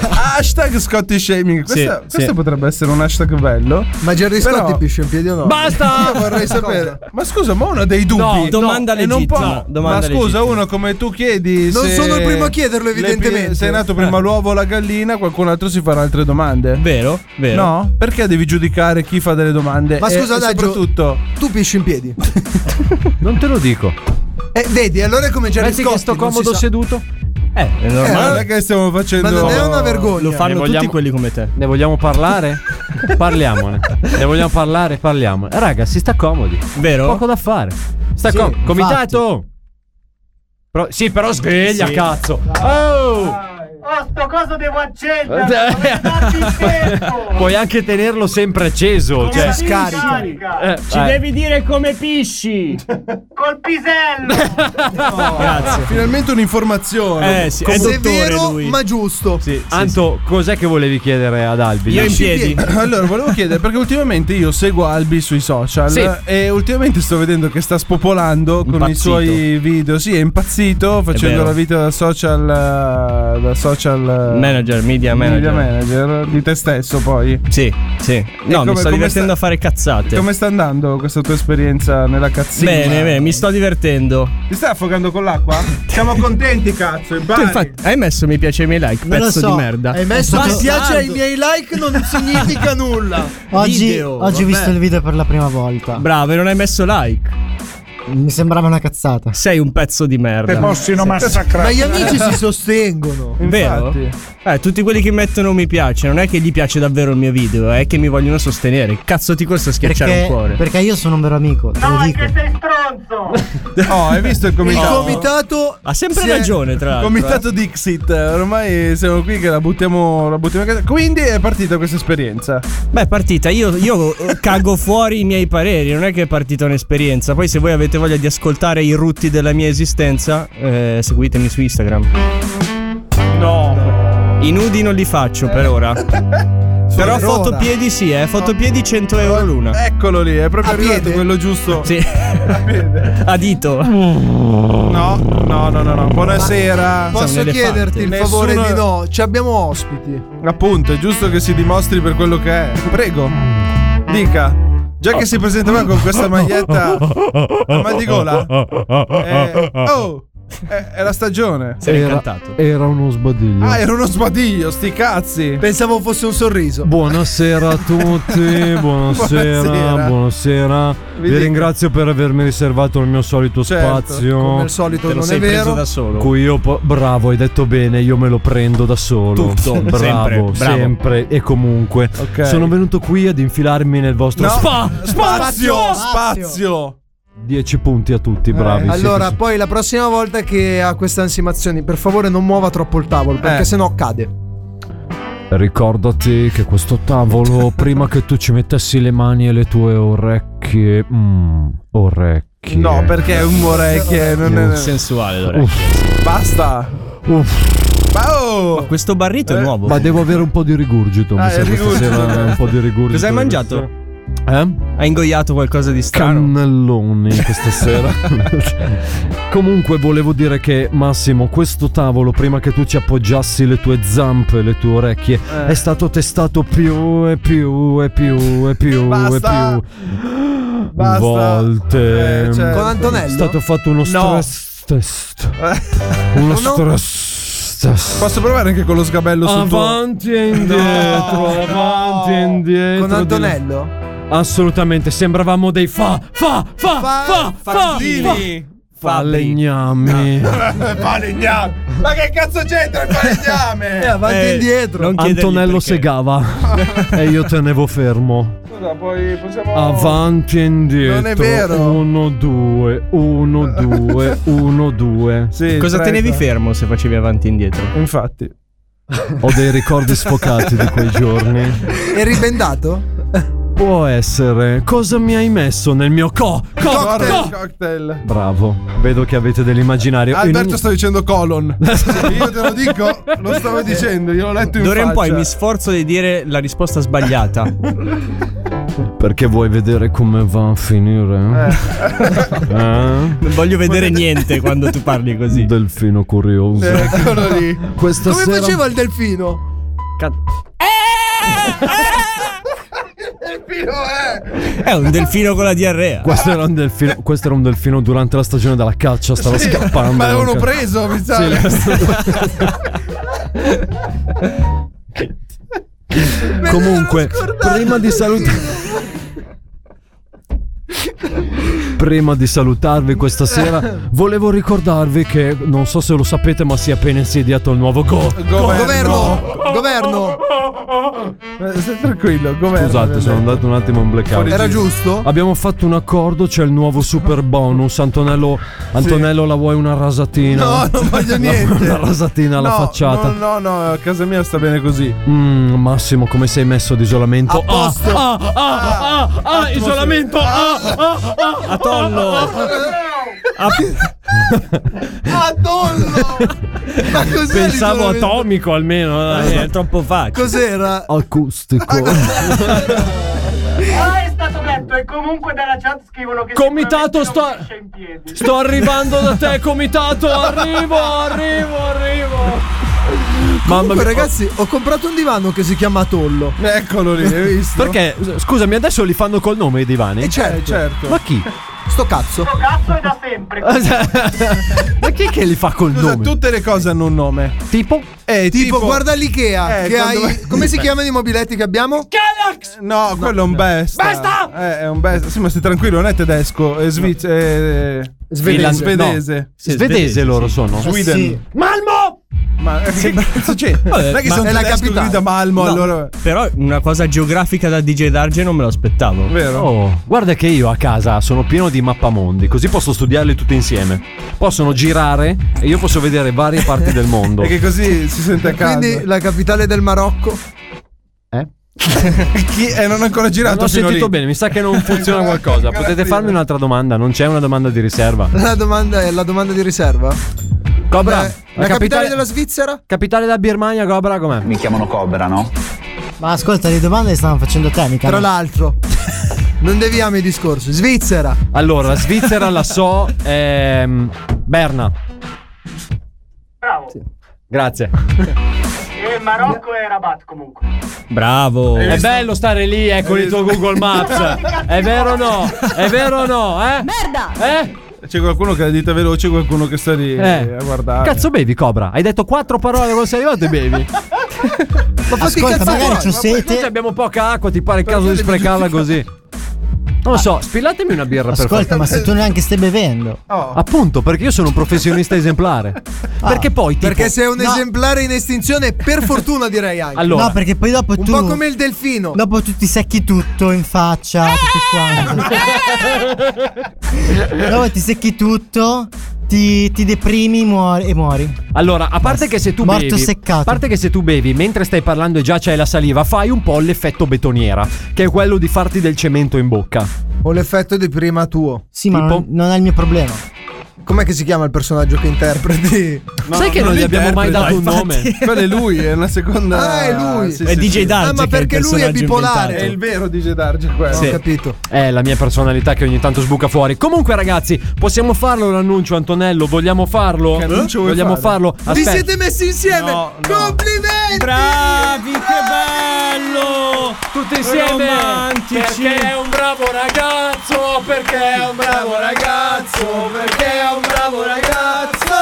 Hashtag Scotti Shaming. Sì, Questa- sì. Questo potrebbe essere un hashtag bello. Ma Jerry Scotti pisce in piedi o no? <laughs> Basta! Io vorrei sapere. Ma scusa, ma uno ha dei dubbi. No, domanda e non può- legittima, domanda ma scusa, legittima. uno come tu chiedi. Non se- sono il primo a chiederlo, le pi- evidentemente. Eh. Se è nato prima l'uovo o la gallina, qualcun altro si farà altre domande. Vero, vero. No? Perché devi giudicare chi fa delle domande? Ma E- scusa, e Daggio, soprattutto. Tu pisci <laughs> in piedi. Non te lo dico. Eh, vedi, allora è come Jerry Metti Scotti. che sto non si comodo sa. seduto. Eh, è Eh, non è normale. che stiamo facendo. Ma non è una vergogna. Lo fanno Ne vogliamo- tutti quelli come te. Ne <laughs> vogliamo parlare? Parliamone. Ne vogliamo parlare? Parliamone. Raga, si sta comodi. Vero? Poco da fare. Sta Sì, com- comitato. Però- sì, però sveglia, Sì. cazzo. <laughs> Oh! Oh, sto coso devo accendere! Eh. Dovete darmi il tempo! Puoi anche tenerlo sempre acceso. Cioè, Come si scarica. Eh, Ci eh. devi dire come pisci. Col pisello! <laughs> Grazie. Finalmente un'informazione. Eh, sì, è dottore Severo, lui. ma giusto. Anto, cos'è che volevi chiedere ad Albi? Io in piedi. Allora, volevo chiedere perché ultimamente io seguo Albi sui social Sì. e ultimamente sto vedendo che sta spopolando con i Impazzito. suoi video. Sì, è impazzito facendo vero. la vita da social eh, da social eh, <laughs> Manager, media media manager. manager di te stesso poi. Sì, sì. No, come- mi sto come divertendo sta- a fare cazzate. Come sta andando questa tua esperienza nella cazzina? Bene, bene, mi sto divertendo. Ti stai affogando con l'acqua? Siamo contenti, cazzo, Tu, impari. Cioè, infatti, hai messo mi piace e i miei like, Non lo pezzo so, di merda. hai messo Ma che- piace ai Tanto. miei like non significa <laughs> nulla. Oggi, Video, oggi ho vabbè. visto il video per la prima volta. Bravo, e non hai messo like. Mi sembrava una cazzata. Sei un pezzo di merda. Ma gli amici si sostengono. Vero? Eh, tutti quelli che mettono mi piace, non è che gli piace davvero il mio video, è che mi vogliono sostenere. Cazzo ti costa schiacciare Perché, un cuore. perché io sono un vero amico, te lo eh, No, è dico. che sei stronzo! Oh, hai visto il Il comitato? comitato Ha sempre Sì, eh. ragione, tra l'altro. Comitato Dixit, ormai siamo qui che la buttiamo, la buttiamo a casa. Quindi è partita questa esperienza. eh. Beh, è partita, io, io cago fuori i miei pareri, non è che è partita un'esperienza. Poi se voi avete voglia di ascoltare i rutti della mia esistenza, eh, seguitemi su Instagram. No. <laughs> I nudi non li faccio per ora. Però per ora. fotopiedi sì, eh. Fotopiedi 100 euro l'una. Eccolo lì, è proprio A arrivato piede? quello giusto. Sì. <laughs> A dito. No, no, no, no, no. Buonasera. Posso chiederti il favore di no? Ci abbiamo ospiti. Appunto, è giusto che si dimostri per quello che è. Prego. Dica. Già che si presenta qua con questa <laughs> maglietta a mal di gola. eh, oh, è, è la stagione. Era uno sbadiglio. Ah, era uno sbadiglio, sti cazzi. Pensavo fosse un sorriso. Buonasera a <laughs> tutti, buonasera, Buonasera. buonasera. Vi, dico. ringrazio per avermi riservato il mio solito Certo, spazio. come al solito Te lo non è sei preso vero. da solo. Cui io po- bravo, hai detto bene, io me lo prendo da solo. Tutto, bravo, sempre, bravo. sempre e comunque. Ok. Sono venuto qui ad infilarmi nel vostro No. spa- spazio, Spazio. spazio. 10 punti a Eh, tutti, bravi. siete allora, poi la prossima volta che ha queste ansimazioni, per favore non muova troppo il tavolo, perché Eh. sennò cade. Ricordati che questo tavolo, <laughs> prima che tu ci mettessi le mani e le tue orecchie. mm, orecchie. No, perché è un orecchie, Eh, non è- Sensuale l'orecchie. Basta. Ma oh! questo barrito è nuovo. Ma devo avere un po' di rigurgito. Ah, mi sa il che rigurgito. stasera è un po' di rigurgito. Cos'hai mangiato? Eh? Hai ingoiato qualcosa di strano? Cannelloni questa sera. Comunque volevo dire che Massimo, questo tavolo prima che tu ci appoggiassi le tue zampe, le tue orecchie, Eh. è stato testato più e più e più e più Basta. e più volte. Eh, certo. Con Antonello? È stato fatto uno <laughs> stress test. Uno stress test. Posso provare anche con lo sgabello sul tuo- Avanti e indietro, avanti e indietro. Con di- Antonello? Assolutamente, sembravamo dei fa, fa, fa, Fa- fa, fa, faldini. fa, falegnami. Eh, Palegname! Ma che cazzo c'entra Eh, il palegname? Eh, Antonello segava e io tenevo fermo. Scusa, poi possiamo. Ah, Avanti e indietro. Non è vero. Uno, due, uno, due, uno, due. Cosa tenevi fermo se facevi avanti e indietro? Infatti. Ho dei ricordi sfocati di quei giorni. È ribendato? Può essere. Cosa mi hai messo nel mio co? co- Cocktail, co- cocktail. Bravo, vedo che avete dell'immaginario. Alberto In- sta dicendo colon. Io te lo dico, lo stavo dicendo, io l'ho letto in D'ora in poi faccia. mi sforzo di dire la risposta <laughs> sbagliata. Perché vuoi vedere come va a finire? Eh? Non voglio vedere niente quando tu parli così. Eh, Delfino curioso. Eccolo Eh, lì. Questa Come sera- faceva il delfino? È un delfino con la diarrea. Questo era, un delfino, questo era un delfino durante la stagione della caccia, stava Sì, scappando. Ma l'avevano Non ca- preso, mi sa. <laughs> <laughs> Comunque, prima di salutare. Prima di salutarvi questa sera, volevo ricordarvi che non so se lo sapete, ma si è appena insediato il nuovo Go. Governo! Governo! Eh, Stai tranquillo, governo. Scusate, sono andato un attimo in blackout. Era giusto? Abbiamo fatto un accordo, c'è il nuovo super bonus. Antonello, Antonello la vuoi una rasatina? No, <laughs> non voglio niente. una rasatina alla No, facciata. No, no, no, a casa mia sta bene così. Mm, Massimo, come sei messo ad isolamento? A posto. Ah, ah, ah, ah, ah, Atmosfera. isolamento! Ah, ah, ah, a tollo! <laughs> A tollo! Ma cos'è Pensavo l'isolamento? atomico almeno, Eh, dai, è troppo facile. Cos'era? <laughs> Acustico. Eh. Ah, è stato detto e comunque dalla chat scrivono che Comitato, sto. Sto arrivando da te, comitato. Arrivo, arrivo, <laughs> arrivo. Comunque, Mamma mia. ragazzi, ho comprato un divano che si chiama Tollo. Eccolo lì, <laughs> hai visto? Perché, s- scusami, adesso li fanno col nome i divani? E certo. Eh, certo. Ma chi? Sto cazzo. Sto cazzo è da sempre. Ma chi che li fa col Scusa, nome? tutte le cose hanno un nome. Tipo? Eh, Tipo, guarda l'IKEA. Eh, che quando- hai... Come si chiamano i mobiletti che abbiamo? Galax! No, quello è un besta. Besta! Eh, è un besta. Sì, ma stai tranquillo, non è tedesco, è sviz- eh, Finland- svedese. no. Sì, svedese, loro sono. Sweden. Malmo! Ma che cazzo c'è? Non è che sono tedesco che grida Malmo, No, allora... Però una cosa geografica da DJ Darge non me l'aspettavo. Vero. Oh, guarda che io a casa sono pieno di mappamondi, così posso studiarli tutti insieme. Possono girare e io posso vedere varie parti del <laughs> mondo. Perché così si sente a casa. Quindi, la capitale del Marocco. <laughs> Chi è non ha ancora girato? Eh? Non ho fino sentito lì. bene, mi sa che non funziona qualcosa. Potete farmi un'altra domanda, non c'è una domanda di riserva. La domanda è la domanda di riserva. Cobra, Beh, la capitale della Svizzera? capitale della Birmania, Cobra com'è? Mi chiamano Cobra, no? Ma ascolta, le domande stanno facendo te, mica. Tra me. <laughs> l'altro, non deviamo i discorsi. Svizzera. Allora, la Svizzera la so. ehm, Berna. Bravo. Grazie. E Marocco e Rabat comunque. Bravo. È bello stare lì, eh, con il tuo Google Maps. È vero o no? È vero o no? Eh? Merda! Eh? C'è qualcuno che ha la dita veloce, qualcuno che sta lì Eh. a guardare. Cazzo bevi, Cobra? Hai detto quattro parole quando sei arrivato e <laughs> bevi. Ma fatti Ascolta, cazzo magari vuoi, c'ho ma poi sete. Noi abbiamo poca acqua, ti pare il caso di sprecarla così? Non lo so, spillatemi una birra per Ascolta, favore. ma se tu neanche stai bevendo. Appunto, perché io sono un professionista esemplare. Ah. Ah. Perché poi tipo, Perché sei un No. esemplare in estinzione, <laughs> per fortuna direi anche. no, perché poi dopo un tu. po' come il delfino. Dopo tu ti secchi tutto in faccia, tutto quanto. dopo ti secchi tutto, ti, ti deprimi muori- e muori. Allora, a parte che se tu Morto bevi, seccato. a parte che se tu bevi mentre stai parlando e già c'hai la saliva, fai un po' l'effetto betoniera, che è quello di farti del cemento in bocca. Ho l'effetto di prima tuo. Sì, ma non, non è il mio problema. Com'è che si chiama il personaggio che interpreti? Sai che non gli abbiamo mai dato un nome? <laughs> Quello è lui, è una seconda. Ah, è lui. Sì, È sì, DJ sì. Darge Ah, ma che è il perché lui è personaggio bipolare. inventato. È il vero DJ Darge quello. Sì. Ho capito. È la mia personalità che ogni tanto sbuca fuori. Comunque, ragazzi, possiamo farlo l'annuncio, Antonello? Vogliamo farlo? Che annuncio vuoi Vogliamo fare? farlo? Vi Aspetta. siete messi insieme! Complimenti! Bravi, che bello! tutti insieme! Perché è un bravo ragazzo, perché è un bravo ragazzo, perché è un bravo ragazzo!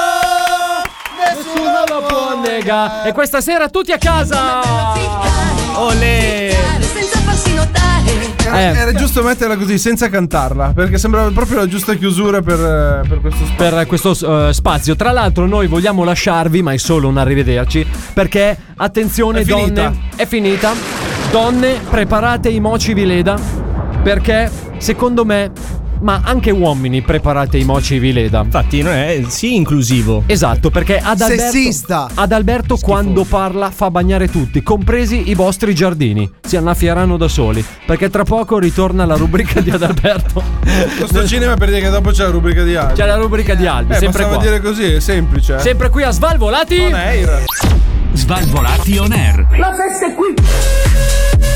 Nessuno lo può negare! E questa sera tutti a casa! Olè! Senza farsi notare. Eh. Era, era giusto metterla così, senza cantarla, perché sembrava proprio la giusta chiusura per, eh, per questo spazio. per questo eh, spazio. Tra l'altro, noi vogliamo lasciarvi, ma è solo un arrivederci. Perché, attenzione, È donne, finita. è finita. Donne, preparate i moci vileda. Perché, secondo me, ma anche uomini, preparate i moci vileda. Infatti, non è sì inclusivo. Esatto, perché ad Alberto, Sessista. ad Alberto quando parla fa bagnare tutti, compresi i vostri giardini. Si annaffieranno da soli. Perché tra poco ritorna la rubrica di Adalberto. <laughs> Questo cinema per dire che dopo c'è la rubrica di Albi. C'è la rubrica di Albi, Eh, sempre bastava qua. dire così, è semplice. eh. Sempre qui a Svalvolati. On air. Svalvolati on air. La festa è qui!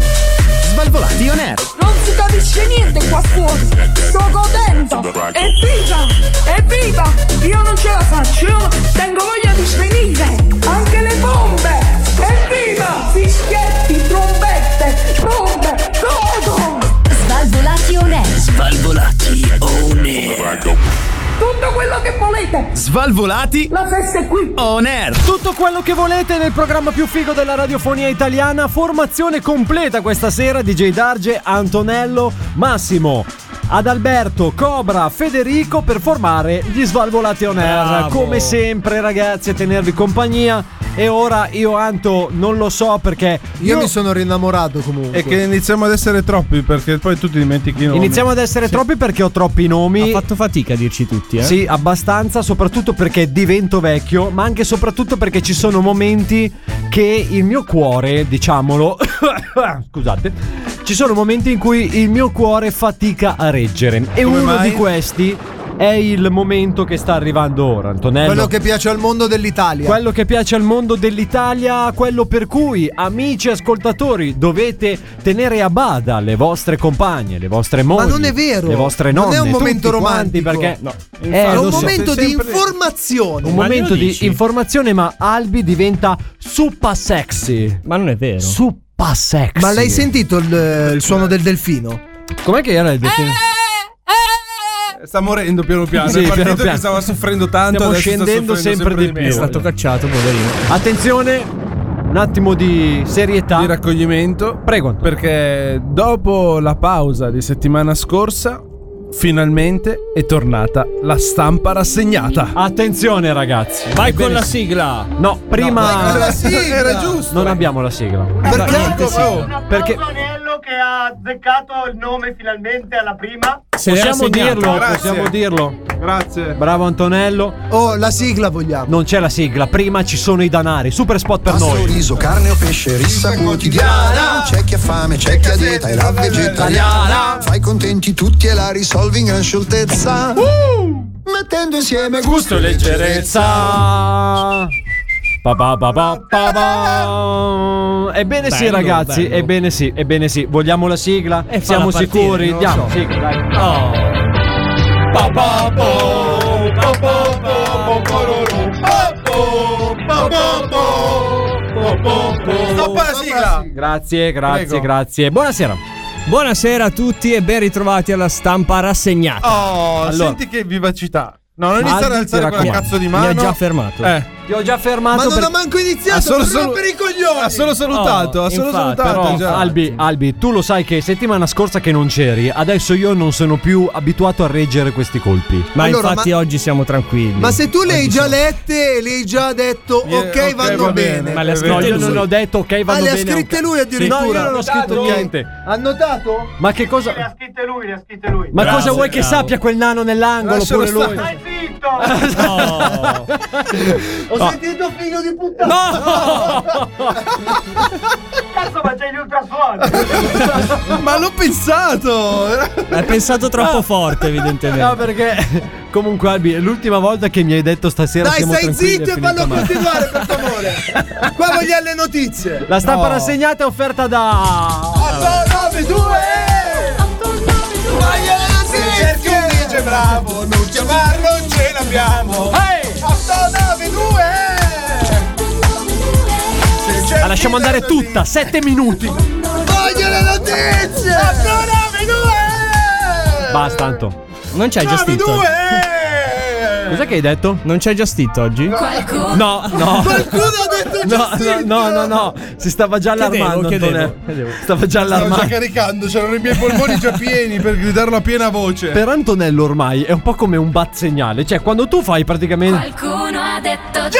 Svalvolati on air. Non si capisce niente qua fuori. Sto godendo. Evviva! Evviva! Io non ce la faccio. Io tengo voglia di svenire. Anche le bombe. Evviva! Fischietti, trombette, bombe, godo. Svalvolati on air. Svalvolati on air. Tutto quello che volete. Svalvolati La festa è qui. on air. Tutto quello che volete nel programma più figo della radiofonia italiana. Formazione completa questa sera. DJ Darge, Antonello, Massimo. Adalberto, Cobra, Federico per formare gli Svalvolati On Air. Bravo. Come sempre, ragazzi, a tenervi compagnia. E ora io, Anto, non lo so perché. Io mi sono rinnamorato comunque. E che iniziamo ad essere troppi, perché poi tu ti dimentichi i nomi. Iniziamo ad essere troppi perché ho troppi nomi. Ha fatto fatica a dirci tutti, eh? Sì, abbastanza, soprattutto perché divento vecchio, ma anche e soprattutto perché ci sono momenti che il mio cuore, diciamolo, <coughs> scusate, ci sono momenti in cui il mio cuore fatica a reggere. E Come uno mai? di questi è il momento che sta arrivando ora, Antonello. Quello che piace al mondo dell'Italia. Quello che piace al mondo dell'Italia, quello per cui, amici ascoltatori, dovete tenere a bada le vostre compagne, le vostre mogli. non è vero. Le vostre Non nonne. è un momento tutti quanti, romantico. Eh, Perché no. è Eh, lo un so. momento sei di sempre- informazione. Un Ma momento glielo di dici? informazione, ma Albi diventa super sexy. Ma non è vero. Esatto. Super sexy. Ma l'hai sentito il, il suono del delfino? Com'è che Eh, era il delfino? Sta morendo piano piano. Sì, è partito piano che piano. stava soffrendo tanto. adesso Stiamo sta scendendo soffrendo sempre di più. È stato cacciato, poverino. Attenzione, un attimo di serietà. Di raccoglimento. Prego, Antonio. Perché dopo la pausa di settimana scorsa, finalmente è tornata la stampa rassegnata. Attenzione, ragazzi. Vai con la sigla. No, prima. con la <laughs> sigla. Era giusto. non abbiamo la sigla. Perché? Un applauso Perché- a Anello che ha azzeccato il nome finalmente alla prima. Se l'è possiamo assegnata. dirlo, Grazie. possiamo dirlo. Grazie. Bravo Antonello. Oh, la sigla vogliamo. Non c'è la sigla, prima ci sono i danari. Super spot per noi. eh, riso, carne o pesce, rissa quotidiana. C'è chi ha fame, c'è chi ha dieta e la vegetariana. Fai contenti tutti e la risolvi in gran scioltezza. Uh. Mettendo insieme gusto e leggerezza. Sa- Pa pa pa pa pa pa. Ebbene sì, Bello, ragazzi. bello. Ebbene sì, ebbene sì. Vogliamo la sigla? E Siamo falla partire, sicuri? non lo Andiamo. Oh. so. Sigla, dai. Stoppa eh, la eh, sigla! Grazie, grazie, Prego. grazie. Buonasera. Buonasera a tutti e ben ritrovati alla stampa rassegnata. Oh, Allora. senti che vivacità. No, non Aldi, iniziare ad ti alzare quella raccomando. cazzo di Mi mano. ha già fermato. Eh. Ti ho già fermato. Ma non per- ho manco iniziato, per rompere i coglioni. Ah, Ha solo salutato, Oh, ha solo salutato Oh, Però, già. Albi, Albi, tu lo sai che settimana scorsa che non c'eri, adesso io non sono più abituato a reggere questi colpi. Ma Allora, infatti ma- oggi siamo tranquilli. Ma se tu le hai Oggi già siamo- lette, le hai già detto Eh, ok, ok, vanno va bene. bene. Ma le ha Eh, scritto vero. io non ho detto ok vanno Ah, le bene ha scritte ok. lui addirittura? Sì. No, io non ho scritto Ok. niente Ha notato? Ma che cosa Le ha scritte lui, le ha scritte lui. Ma cosa vuoi che sappia quel nano nell'angolo Lascialo pure lui? stare. Stai zitto! Ho No. sentito figlio di <laughs> puttana. Cazzo, ma c'è gli <laughs> ultrasuoni! Ma l'ho pensato. Hai pensato troppo forte, evidentemente. No, perché <laughs> comunque Albi, è l'ultima volta che mi hai detto stasera Dai, siamo stai tranquilli zitto e è finita fallo male. continuare, per favore. Qua vogliamo le notizie. La stampa No. rassegnata è offerta da 892 Cerchi un DJ bravo, non chiamarlo ce l'abbiamo 892 Ah, La lasciamo andare tutta, 7 minuti. Voglio le notizie 892 Basta tanto. Non c'è già stitto. Cos'è che hai detto? Non c'è già stitto oggi? Qualcuno- No, no. Qualcuno ha detto No, no, no, no, no, si stava già allarmando. Chiedevo, chiedevo, Antonello. Stava già Stavo già allarmando. caricando, c'erano i miei polmoni già pieni per gridarlo a piena voce Per Antonello ormai è un po' come un bat segnale, cioè quando tu fai praticamente Qualcuno ha detto <laughs>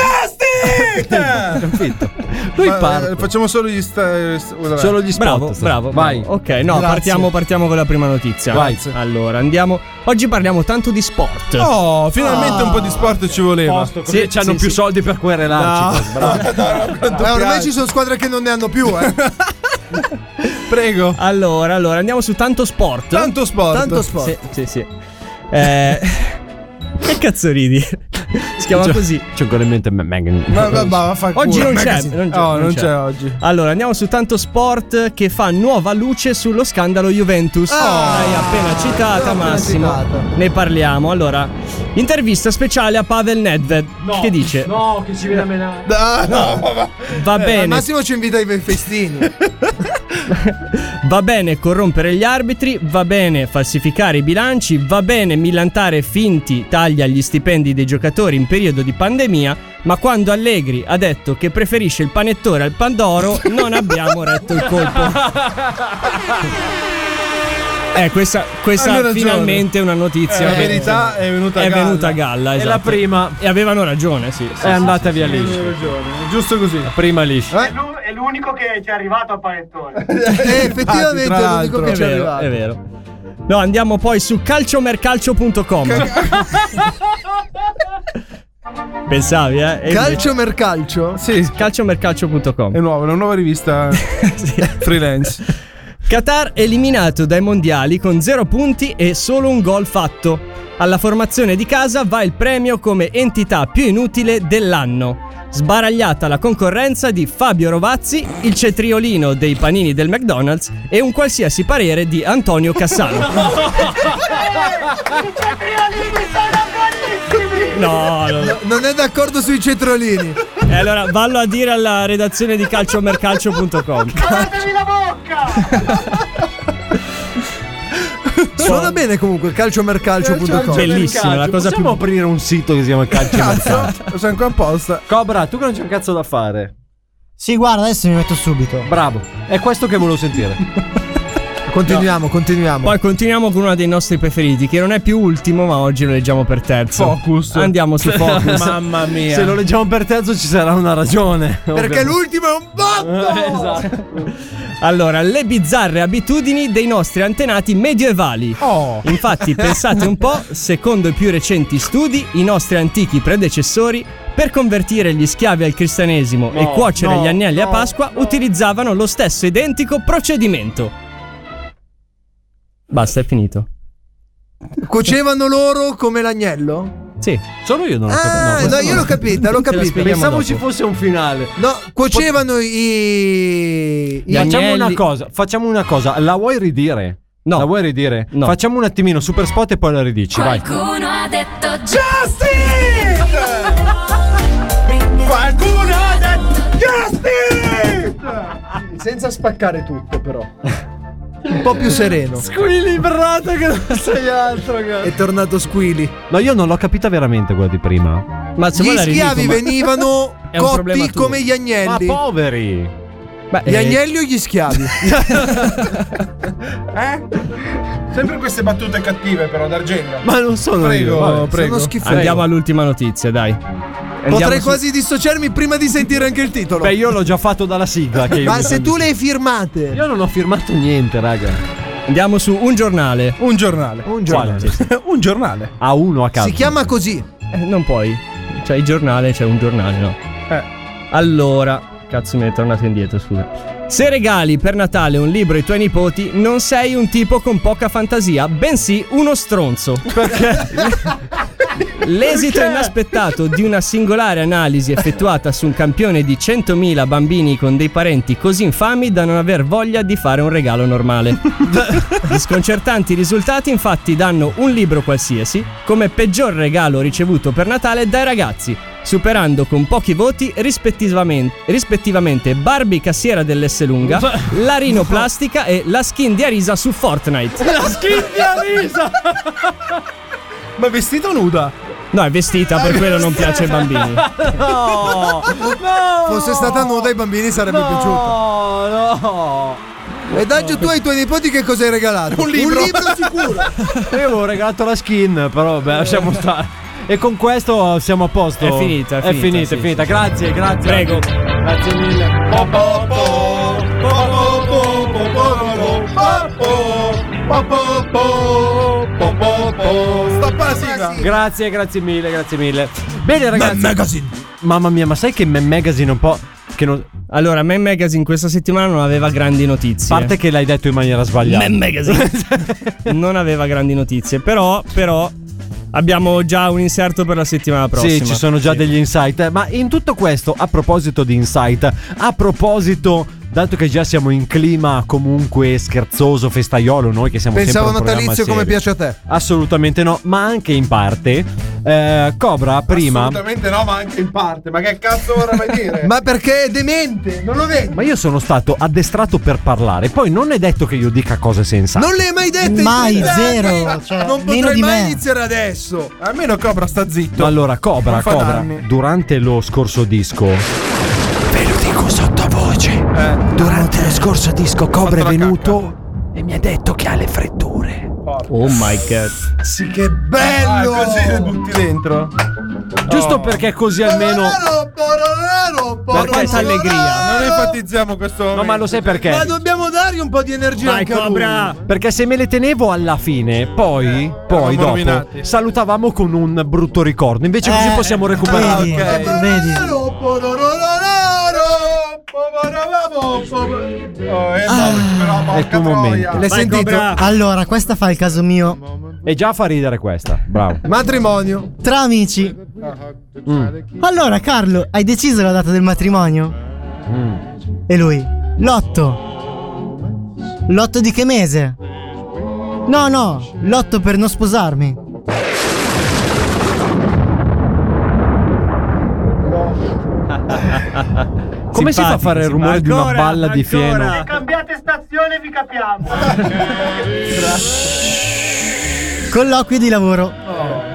Capito? Lui Ma, parte. eh, Facciamo solo gli eh, sta- oh, st- Solo gli spot. Bravo, bravo, Vai. bravo. Ok, no, Grazie. partiamo, partiamo con la prima notizia. Vai. Allora, andiamo. Oggi parliamo tanto di sport. Oh, finalmente un po' di sport ci voleva. Posto, così Sì, c'hanno sì, più sì. soldi per querelarci. poi, Bravo. Eh, ormai ci sono squadre che non ne hanno più, eh. Prego. Allora, allora, andiamo su tanto sport. Tanto sport. Tanto sport. Sì, sì, sì. Eh, <laughs> che cazzo ridi? Si chiama C'ho- così. C'ho ancora in mente Ma- Megan. Ma, ma, ma, Cioè, ma fa Oggi culo, non c'è, magazine. non c'è, No, non non c'è. c'è oggi. Allora, andiamo su tanto sport che fa nuova luce sullo scandalo Juventus. Ah! L'hai appena citata, Massimo. Ne parliamo. Allora, intervista speciale a Pavel Nedved che dice: No, che ci viene a menare. Ah, no, Eh, ma- ma- Va bene, Massimo ci invita ai <laughs> festini. va bene corrompere gli arbitri, va bene falsificare i bilanci, va bene millantare finti tagli agli stipendi dei giocatori in periodo di pandemia, ma quando Allegri ha detto che preferisce il panettone al pandoro, non abbiamo retto il <laughs> colpo. Eh, questa, questa Hanno ragione. finalmente è una notizia. la che- verità è venuta a è galla. venuta a galla, È esatto. la prima. E avevano ragione, sì. sì, È andata via Sì, liscia. hai ragione, Giusto così. Eh? Prima liscia. È l'u- È l'unico che ci è arrivato a panettone. Eh, Infatti, effettivamente tra è l'unico l'altro. che È ci è vero, arrivato. è vero. No, andiamo poi su calciomercalcio.com. <laughs> Pensavi, eh? E invece- Calcio mercalcio? Sì, è calciomercalcio.com. nuova, è una <laughs> nuova rivista freelance. Qatar eliminato dai mondiali con 0 punti e solo un gol fatto. Alla formazione di casa va il premio come entità più inutile dell'anno. Sbaragliata la concorrenza di Fabio Rovazzi, il cetriolino dei panini del McDonald's e un qualsiasi parere di Antonio <laughs> Cassano. I cetriolini sono buonissimi! No, no, no. Non è d'accordo sui cetrolini. E allora vallo a dire alla redazione di calciomercalcio.com. Lavatevi la bocca! Suona bene comunque calciomercalcio.com. Bellissima, la cosa Possiamo più aprire un sito che si chiama Calcio Mercato. Lo so anche apposta. Cobra, tu che non c'è un cazzo da fare. Sì, guarda, adesso mi metto subito. Bravo. È questo che volevo sentire. Continuiamo, continuiamo. Poi continuiamo con uno dei nostri preferiti, che non è più ultimo, ma oggi lo leggiamo per terzo. Focus. Andiamo <laughs> su Focus. Mamma mia. Se lo leggiamo per terzo ci sarà una ragione. Perché l'ultimo è un Eh, botto! esatto. Allora, le bizzarre abitudini dei nostri antenati medievali. Oh. <laughs> Infatti, pensate un po', secondo i più recenti studi, i nostri antichi predecessori, per convertire gli schiavi al cristianesimo e cuocere gli agnelli a Pasqua, utilizzavano lo stesso identico procedimento. Basta, è finito. Cuocevano loro come l'agnello? Sì. Solo io non l'ho capito. Ah, no, questo io l'ho capita, l'ho Te la capita. spieghiamo Pensavo dopo. ci fosse un finale. No, cuocevano i. i- Facciamo una cosa, facciamo una cosa, la vuoi ridire? No. La vuoi ridire? No. Facciamo un attimino super spot e poi la ridici, vai. Qualcuno ha detto Justin! Qualcuno ha detto Justin! Senza spaccare tutto, però. <laughs> Un po' più sereno. Squilibrato che non sei altro che. È tornato Squili. No, io non l'ho capita veramente quella di prima. Ma Gli <laughs> schiavi venivano È un problema cotti tuo. come gli agnelli. Ma poveri. eh. Eh. Gli agnelli o gli <laughs> schiavi? Eh? Sempre queste battute cattive, però, d'argento. Ma non sono Prego, io. vabbè. prego. Andiamo all'ultima notizia, dai. Potrei Andiamo su- <laughs> quasi dissociarmi prima di sentire anche il titolo. Beh, io l'ho già fatto <laughs> dalla sigla. Che Ma se tu le hai firmate. Io non ho firmato niente, raga. Andiamo su un giornale. Un giornale. <laughs> Un giornale. un giornale. A uno a caso. Si chiama così. Eh, non puoi. C'è il giornale, c'è un giornale, no? Eh. Allora. Cazzo, mi è tornato indietro, scusa. Se regali per Natale un libro ai tuoi nipoti, non sei un tipo con poca fantasia, bensì uno stronzo. L'esito Perché? inaspettato di una singolare analisi effettuata su un campione di 100.000 bambini con dei parenti così infami da non aver voglia di fare un regalo <laughs> normale. Gli sconcertanti risultati infatti danno un libro qualsiasi come peggior regalo ricevuto per Natale dai ragazzi, superando con pochi voti rispettivamente, rispettivamente Barbie cassiera <laughs> dell'Esselunga, Larino Plastica e la skin di Arisa su Fortnite. La schiffia risa! Ma vestita nuda? Ah, No, è vestita, per quello non piace ai <laughs> <laughs> bambini. No, no. Fosse stata nuda ai bambini sarebbe No, piaciuta. No, no. E Daggio, tu ai tuoi nipoti che cosa hai regalato? Un libro. sicuro. Io avevo regalato la skin, però Eh. beh, lasciamo stare. E con questo siamo a posto. È finita, è È finita, finita, sì, è finita. sì, sì. grazie, grazie. Prego. Grazie mille. Stoppa la sigla! Grazie, grazie mille, grazie mille. Bene, ragazzi. Mamma mia, ma sai che Man Magazine è un po'. Che non... Allora, Man Magazine questa settimana non aveva grandi notizie. A parte che l'hai detto in maniera sbagliata. Man <laughs> Magazine non aveva grandi notizie, però, però abbiamo già un inserto per la settimana prossima. Sì, ci sono già degli insight. eh, Ma in tutto questo, a proposito di insight, a proposito, dato che già siamo in clima comunque scherzoso, festaiolo, noi che siamo Pensavo sempre un programma natalizio come serio. piace a te. Eh, Assolutamente no, ma anche in parte. Eh, Cobra, prima. Assolutamente no, ma anche in parte. Ma che cazzo vorrei dire? Ma perché è demente? Non lo vedi? Ma io sono stato addestrato per parlare, poi non è detto che io dica cose sensate. Non le hai mai dette? Mai, in trent'anni? zero, cioè, non meno potrei di mai me. iniziare adesso. Almeno Cobra sta zitto. Ma allora, Cobra, Non fa Cobra, danni. durante lo scorso disco. Ve lo dico sottovoce. Eh. Durante lo scorso disco Cobra è venuto e mi ha detto che ha le freddure. Oh my god. <laughs> Sì, che bello! Ah, così le butti dentro? Giusto perché così almeno. Per Per questa allegria. Non enfatizziamo questo No, ma lo sai perché? Ma dobbiamo dargli un po' di energia Vai, anche a Cobra! lui. Perché se me le tenevo alla fine, poi, poi Eh, eravamo dopo rovinati. salutavamo con un brutto ricordo. Invece così Eh, possiamo recuperare. vedi, Ok. vedi. Oh, eh, no, È il tuo momento. L'hai sentito? Allora, questa fa il caso mio. E già fa ridere questa. Bravo. Matrimonio. Tra amici. Mm. Allora, Carlo, hai deciso la data del matrimonio? E lui? L'otto. L'otto di che mese? No, no, l'otto per non sposarmi. Come si fa a fare il rumore di una Ancora, balla di ancora. fieno? Cambiate stazione, vi capiamo. Colloquio di lavoro.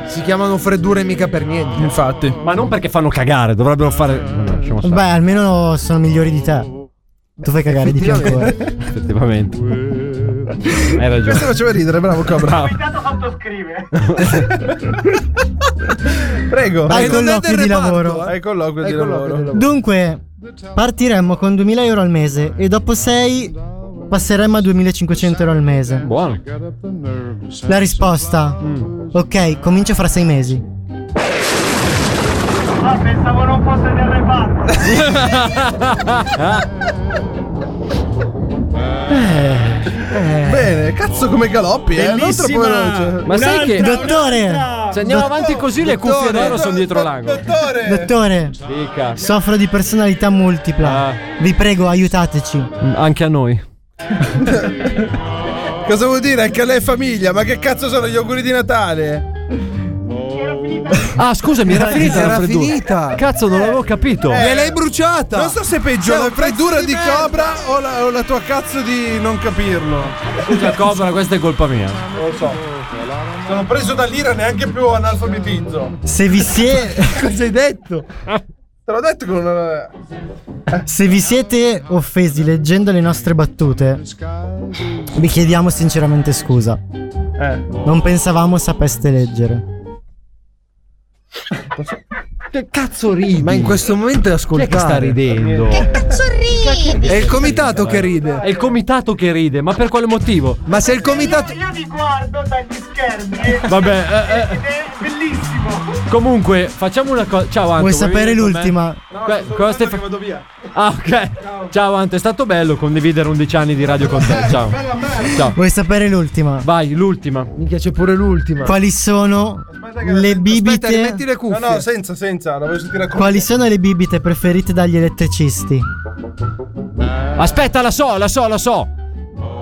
Si chiamano freddure mica per niente. Infatti. Ma non perché fanno cagare, dovrebbero fare. Vabbè, lasciamo stare. Beh, almeno sono migliori di te. Tu fai cagare di più ancora. <laughs> Effettivamente. Hai ragione. Questo faceva ridere, bravo Cobra. Intanto sottoscrive. Prego. Al Eh, non è colloquio del di reparto, eh? lavoro. Al colloquio di lavoro. Dunque, partiremmo con 2000 euro al mese e dopo 6 passeremmo a 2500 euro al mese. Buono. La risposta. Ok, comincia fra 6 mesi. Ah, pensavo non fosse del reparto. <laughs> Ah. Eh, Bene, cazzo come galoppi, eh. L'altro Bellissima. povero- Ma sai che Dottore! Se andiamo Dott- avanti così le cuffie d'oro sono dietro l'angolo. Dottore, Dica. Ah. soffro di personalità multipla. Vi prego, aiutateci. Anche a noi. Cosa vuol dire? Anche a lei è famiglia, ma che cazzo sono gli auguri di Natale? Ah, scusami, era, Era Eh, finita finita, la era freddura. finita. Cazzo, non l'avevo capito. Eh, l'hai bruciata! Non so se è peggio Siamo la freddura di, Cobra o la, o la tua cazzo di non capirlo. Scusa, Cobra, Cioè, questa è colpa mia. Non lo so. Sono preso dall'ira neanche più analfabetizzo. Se vi siete. Cosa hai detto? Te l'ho detto che non. Se vi siete offesi leggendo le nostre battute, vi chiediamo sinceramente scusa. Eh. Non pensavamo sapeste leggere. Che cazzo ridi? Ma in questo momento è ascoltare. sta ridendo? Che È il comitato che ride. È il comitato che ride, ma per quale motivo? Ma se il comitato. Io vi guardo dagli schermi. Vabbè, eh, eh. Ed è bellissimo. Comunque, facciamo una cosa. Ciao Anto. Vuoi sapere venire con me? l'ultima? No, Que- cosa stai fa- Ah, ok. Ciao Anto, è stato bello condividere 11 anni di radio con te. Ciao. Ciao. Vuoi sapere l'ultima? Vai, l'ultima. Mi piace pure l'ultima. Quali sono le bibite? le cuffie. No, no, senza, senza. La voglio sentire a cuffie. Quali sono le bibite preferite dagli elettricisti? Aspetta, la so, la so, la so.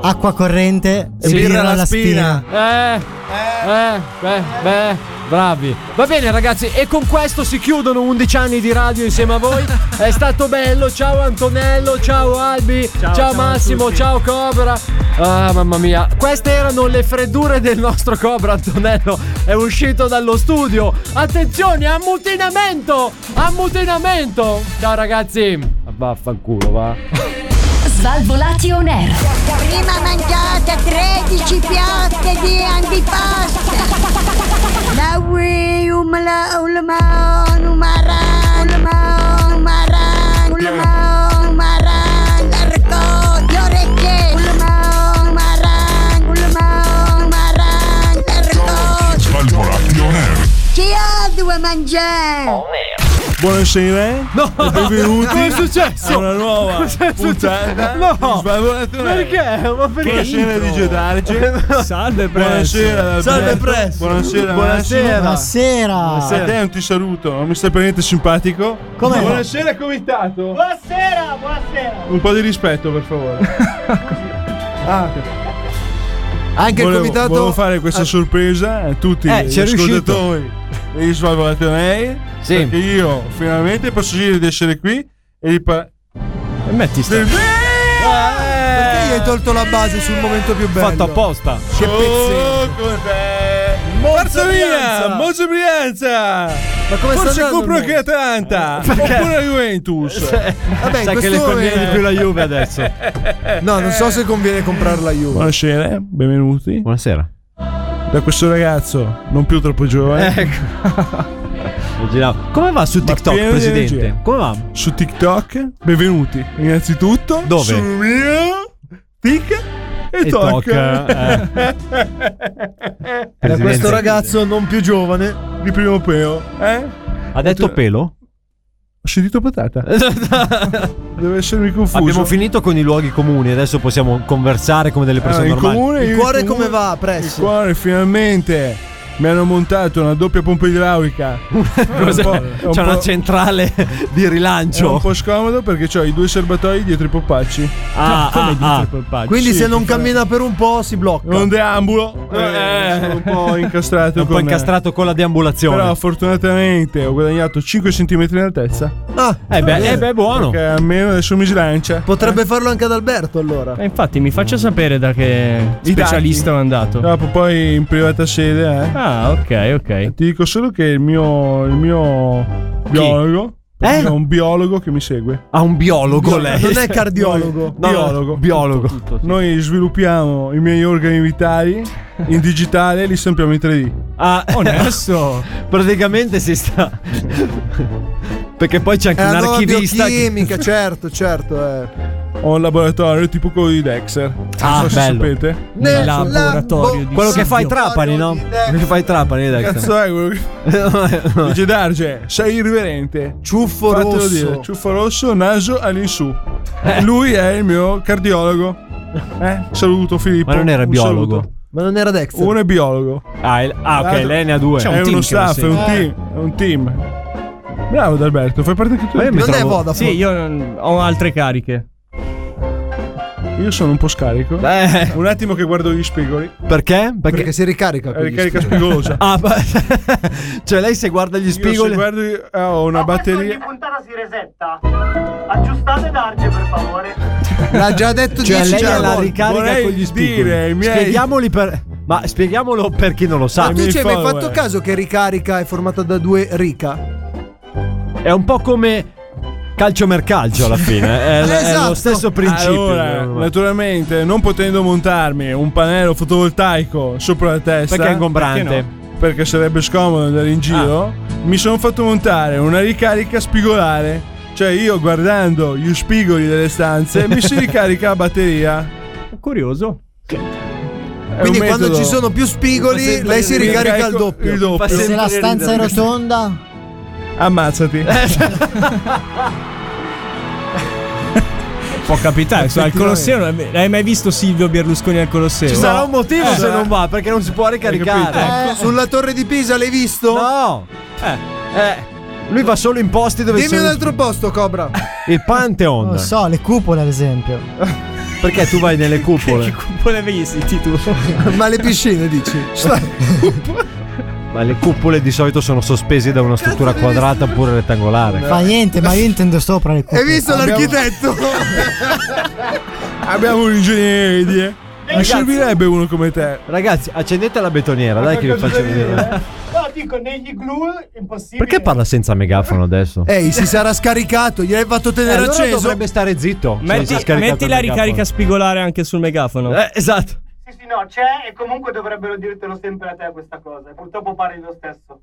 Acqua corrente e birra alla spina. Eh, eh, beh, beh, bravi. Va bene ragazzi, e con questo si chiudono 11 anni di radio insieme a voi. È stato bello, ciao Antonello, ciao Albi, ciao, ciao a Massimo, tutti. ciao Cobra. Ah, mamma mia, queste erano le freddure del nostro Cobra Antonello. È uscito dallo studio. Attenzione, ammutinamento! Ammutinamento! Ciao ragazzi. Vaffanculo, va. Svalvolati on air. Prima mangiate 13 piatte di antipasto. La um, ui umla ulma umara ulma umara ulma umara la ricordo le orecchie ulma umara ulma umara la ricordo Svalvolati on air. chi ha due mangiare? Buonasera. No. <laughs> Benvenuti. Cosa è successo? a Una nuova <laughs> Cosa è puntata. successo? No. di eh. Svalvolati on Air. Perché? Ma perché? Buonasera di Gedarge. <laughs> Salve, Buonasera. Salve, Alberto. Press. Buonasera. Buonasera. Massimo. A Buonasera. te non ti saluto, non mi stai per niente simpatico. Come? Buonasera comitato. Buonasera, buonasera. Un po' di rispetto, per <laughs> favore. ah, Anche il volevo, comitato- Volevo fare questa Ah. sorpresa a tutti Eh, gli ci è riuscito. ascoltatori di Svalvolati on Air, Perché io finalmente posso dire di essere qui e di parlare. Metti sta. Eh, Perché gli hai tolto la base sul momento più bello? Fatto apposta. Che Oh, pezzetto. Forza Brianza. via, Monza Brianza! Ma come sta Forse andando compro il anche Atalanta! Perché? Oppure la Juventus! Vabbè, in Sai che questo le momento- conviene di più la Juve adesso. No, non so se conviene comprare la Juve. Buonasera, benvenuti. Buonasera. Da questo ragazzo, non più troppo giovane. Ecco, Eh, Giravo. Come va su Ma TikTok, pieno di presidente? energia. Come va? Su TikTok, benvenuti. Innanzitutto, Dove? sul <laughs> mio tic e, E toc. toc, eh. Da questo Presidente. ragazzo non più giovane. Di primo peo, eh? Ha detto pelo? Ho sentito patata. Deve essermi confuso. Abbiamo finito con i luoghi comuni, adesso possiamo conversare come delle persone Allora, Ah, il normali. comune, Il io cuore comune- come va, Il presso? cuore finalmente mi hanno montato una doppia pompa <laughs> idraulica. Cos'è? È un po'- C'è una è centrale di un rilancio. po' scomodo perché ho i due serbatoi dietro i polpacci. Ah, Come ah, dietro ah. i polpacci? Quindi Sì, se non per fare- cammina per un po' si blocca. Non deambulo, eh, Eh. sono un <laughs> po' incastrato. È un po' con- incastrato con la deambulazione. Però fortunatamente ho guadagnato 5 cm in altezza. Ah, eh, beh, eh beh, buono. Perché almeno adesso mi slancia. potrebbe farlo anche ad Alberto allora. Eh, infatti, mi Mm. faccia sapere da che I specialista dati. ho andato. Eh, Dopo poi in privata sede, eh. Ah, ok, ok. Ti dico solo che il mio, il mio biologo Eh? è un biologo che mi segue. Ha un biologo lei. <laughs> Non è cardiologo. No, no, biologo. biologo. Noi sviluppiamo i miei organi vitali in digitale e li stampiamo in 3D. Ah, Onesto. <laughs> praticamente si sta. <laughs> Perché poi c'è anche È Eh, un una nuova archivista. che- biochimica, certo, certo. Eh. Ho un laboratorio tipo quello di Dexter. Non Ah, so se bello. sapete. Nel laboratorio di Quello che fai Silvio. Trapani, no? Quello che fai Trapani, dai. Cazzo è quello che... <laughs> Dice Darge, sei irriverente. Ciuffo Fatelo rosso. Eh, dire, ciuffo rosso, naso all'insù. Lui è il mio cardiologo. Eh? Saluto Filippo. Ma non era Un biologo? saluto. Ma non era Dexter. Uno è biologo. Ah, il- ah, ok, L'altro- lei ne ha due. È uno staff, è Eh. un team. È un team. Bravo Adalberto, fai parte anche tu. del team. Sì, io non- ho altre cariche. Io sono un po' scarico. Un attimo che guardo gli spigoli. Perché? Perché, si ricarica. È Eh, ricarica spigolosa. ah, beh, <laughs> cioè lei se guarda gli Io se spigoli. guardo eh, ho Ah, una batteria. Ogni puntata si resetta. Aggiustate Darge per favore. L'ha <laughs> già detto Cioè, dieci lei già la volte. ricarica Vorrei con gli spigoli. dire ai miei- Spieghiamoli per. Ma spieghiamolo per chi non lo sa. eh. Ma tu ci hai mai fatto caso che ricarica è formata da due rica? È un po' come calcio mercalcio alla fine. Eh, <laughs> È, è Esatto. lo stesso principio. Allora, naturalmente, non potendo montarmi un pannello fotovoltaico sopra la testa, Perché è ingombrante. Ah. Perché, no? Perché sarebbe scomodo andare in giro. Mi sono fatto montare una ricarica spigolare. Cioè, io guardando gli spigoli delle stanze, mi <laughs> si ricarica la batteria. Curioso. Quindi quando ci sono più spigoli, lei si ricarica Ecco, al doppio. Il doppio. E se la stanza è rotonda? Ammazzati. Eh, cioè. <laughs> Può capitare, cioè, al Colosseo non- hai mai visto Silvio Berlusconi al Colosseo? Ci sarà un motivo Eh, se sarà- non va, perché non si può ricaricare. Eh, Sulla torre di Pisa l'hai visto? No. Eh, eh, lui va solo in posti dove Dimmi sono- un altro posto, Cobra. <laughs> Il Pantheon. Non lo so, le cupole ad esempio. Perché tu vai nelle cupole? Vuole visiti tu. <laughs> Eh, Ma le piscine dici? Ma le cupole di solito sono sospese da una struttura quadrata oppure rettangolare. Fa niente, ma io intendo sopra le cupole. Hai visto l'architetto? Abbiamo un ingegnere di eh. Mi Ragazzi- servirebbe uno come te. Ragazzi, accendete la betoniera, dai che vi faccio vedere. No, dico, negli glu impossibile. Perché parla senza megafono adesso? Ehi, si sarà scaricato, gliel'hai fatto Eh, tenere allora acceso. dovrebbe stare zitto. se non si è Metti, scaricato metti il la megafono. ricarica spigolare anche sul megafono. Eh, esatto. Sì, sì, no, c'è e comunque dovrebbero dirtelo sempre a te questa cosa. e Purtroppo parli lo stesso.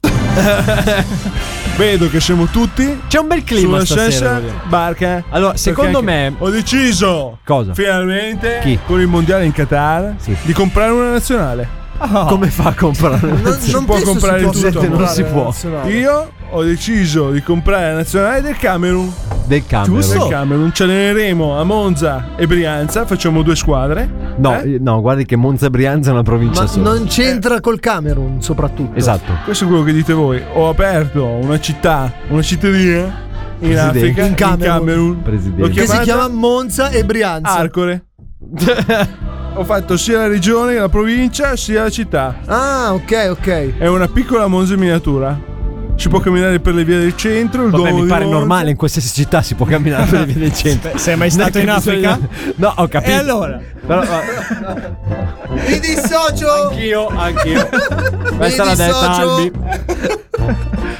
Vedo che siamo tutti. C'è un bel clima sulla stasera, stessa voglio dire. barca. Allora, secondo Perché anche- me- ho deciso Cosa? finalmente Chi? con il mondiale in Qatar di comprare una nazionale. Come fa a comprare? Non si può penso si comprare possa tutto. comprare Non si la può. nazionale. Io ho deciso di comprare la nazionale del Camerun. Del Camerun. Del Camerun. Ci alleneremo a Monza e Brianza, facciamo due squadre. No, eh, no, guardi che Monza e Brianza è una provincia Ma sola. non c'entra col Camerun, soprattutto. Esatto. Eh. Questo è quello che dite voi. Ho aperto una città, una cittadina in Presidente. Africa, In Camerun. Presidente. L'ho Che si chiamata chiama Monza e Brianza. <laughs> Arcore. Ho fatto sia la regione, la provincia, sia la città. Ah, ok, ok. È una piccola Monza in miniatura. Si può camminare per le vie del centro, il Vabbè, Duomo mi di pare Monza. normale, in qualsiasi città si può camminare per le vie del centro. Sei mai Non è stato che in bisogna- Africa? No, ho capito. E allora? Però, eh, ma- Mi dissocio! anch'io, anch'io. Mi Questa l'ha detta dissocio. <laughs> Albi.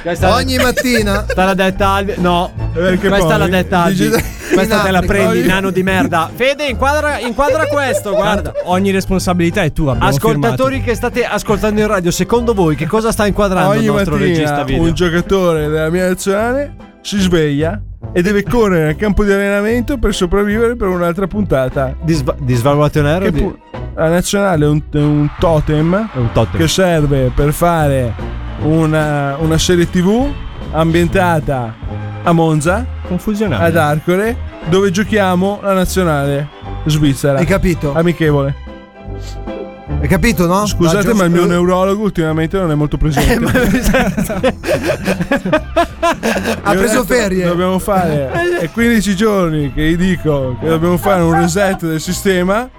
Questa Ogni mattina. Questa l'ha detta Albi. No, Perché questa Eh, poi- l'ha detta Albi. Dice- Questa te la Africa. prendi, Ogni- nano di merda. Fede, inquadra, inquadra questo, guarda. Ogni responsabilità è tua. abbiamo Ascoltatori che state ascoltando in radio, secondo voi che cosa sta inquadrando il Ogni nostro regista mattina video? un giocatore della mia nazionale si sveglia e deve correre al campo di allenamento per sopravvivere per un'altà puntata. Di, sva- di Svalvolationaire Che o di- pu- la nazionale è un, è un totem è un totem. che serve per fare una, una serie tv ambientata a Monza, firmato. Confusionale. ad Arcore, dove giochiamo la nazionale svizzera. Hai capito? Amichevole. Hai capito, no? Eh, Scusate, ma il mio neuro neurologo ultimamente non è <laughs> molto <laughs> presente. ha preso ferie. Dobbiamo <laughs> fare. È 15 giorni che gli dico che dobbiamo fare un reset del sistema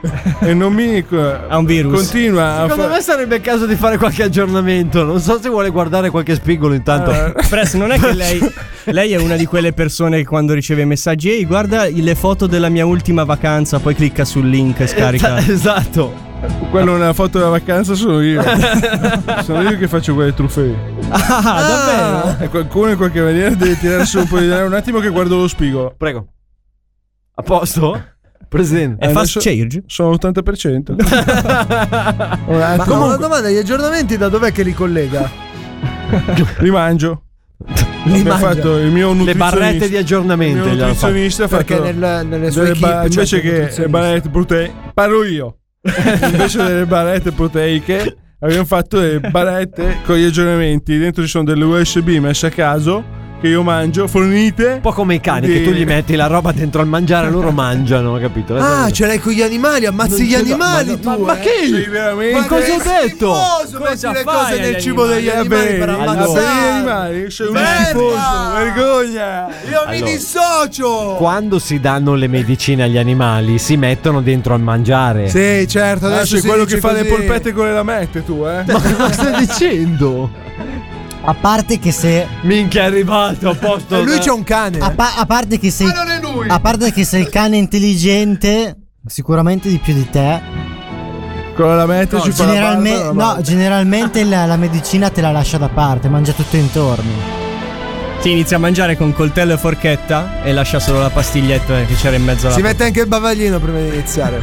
e non mi. Ha un virus. Continua a Secondo fa- me sarebbe il caso di fare qualche aggiornamento. Non so se vuole guardare qualche spigolo intanto. Press, Eh, non <laughs> è che lei, lei è una di quelle persone che quando riceve messaggi, ehi, guarda le foto della mia ultima vacanza, poi clicca sul link e scarica. Eh, <laughs> esatto. Quello nella foto della vacanza sono <laughs> io. sono io che faccio quelle truffe lì. Ah, davvero? E qualcuno in qualche maniera deve tirare su un po' di denaro. Un attimo che guardo lo spigolo. Prego. A posto? Presidente. È fast Adesso- change? Sono <laughs> 80%. Un Ma attimo. ho una domanda, gli aggiornamenti da dov'è che li collega? Rimangio. Li Abbiamo mangia. fatto il mio Le nutrizionista. barrette di Il aggiornamento. mio gliel'hanno fatto. nutrizionista ha Perché fatto nel- nelle sue delle equip ba- c'è invece il che nutrizionista. barrette proteiche parlo <laughs> io invece delle barrette proteiche abbiamo fatto le barrette con gli aggiornamenti dentro ci sono delle USB messe a caso che io mangio, fornite. Un po' come i cani, che tu gli metti la roba dentro al mangiare, loro mangiano, capito? Ah, ce l'hai con gli animali, ammazzi Non gli ce l'ho, animali ma- tu. ma- ma eh. che? Sei veramente- Ma cosa ho detto? schifoso Cosa metti le fai cose nel agli cibo degli animali? animali per Vabbè, ammazzare allora- animali? Sei un schifoso, vergogna. Io mi Allora. dissocio. Quando si danno le medicine agli animali, si mettono dentro al mangiare. Sì, certo, adesso Adesso è si quello dice che fa le così. polpette con le lamette, tu, eh? <laughs> cosa stai dicendo? A parte che se. Minchia, è arrivato a Eh, posto. cane. Ah, A, pa- a parte che sei. non è lui. A parte che sei il cane intelligente, sicuramente di più di te. Con la lametta ci fa la generalme- barba, la no, generalmente la, la medicina te la lascia da parte, mangia tutto intorno. Ti inizia a mangiare con coltello e forchetta e lascia solo la pastiglietta che c'era in mezzo alla Si mette anche il bavaglino prima di iniziare.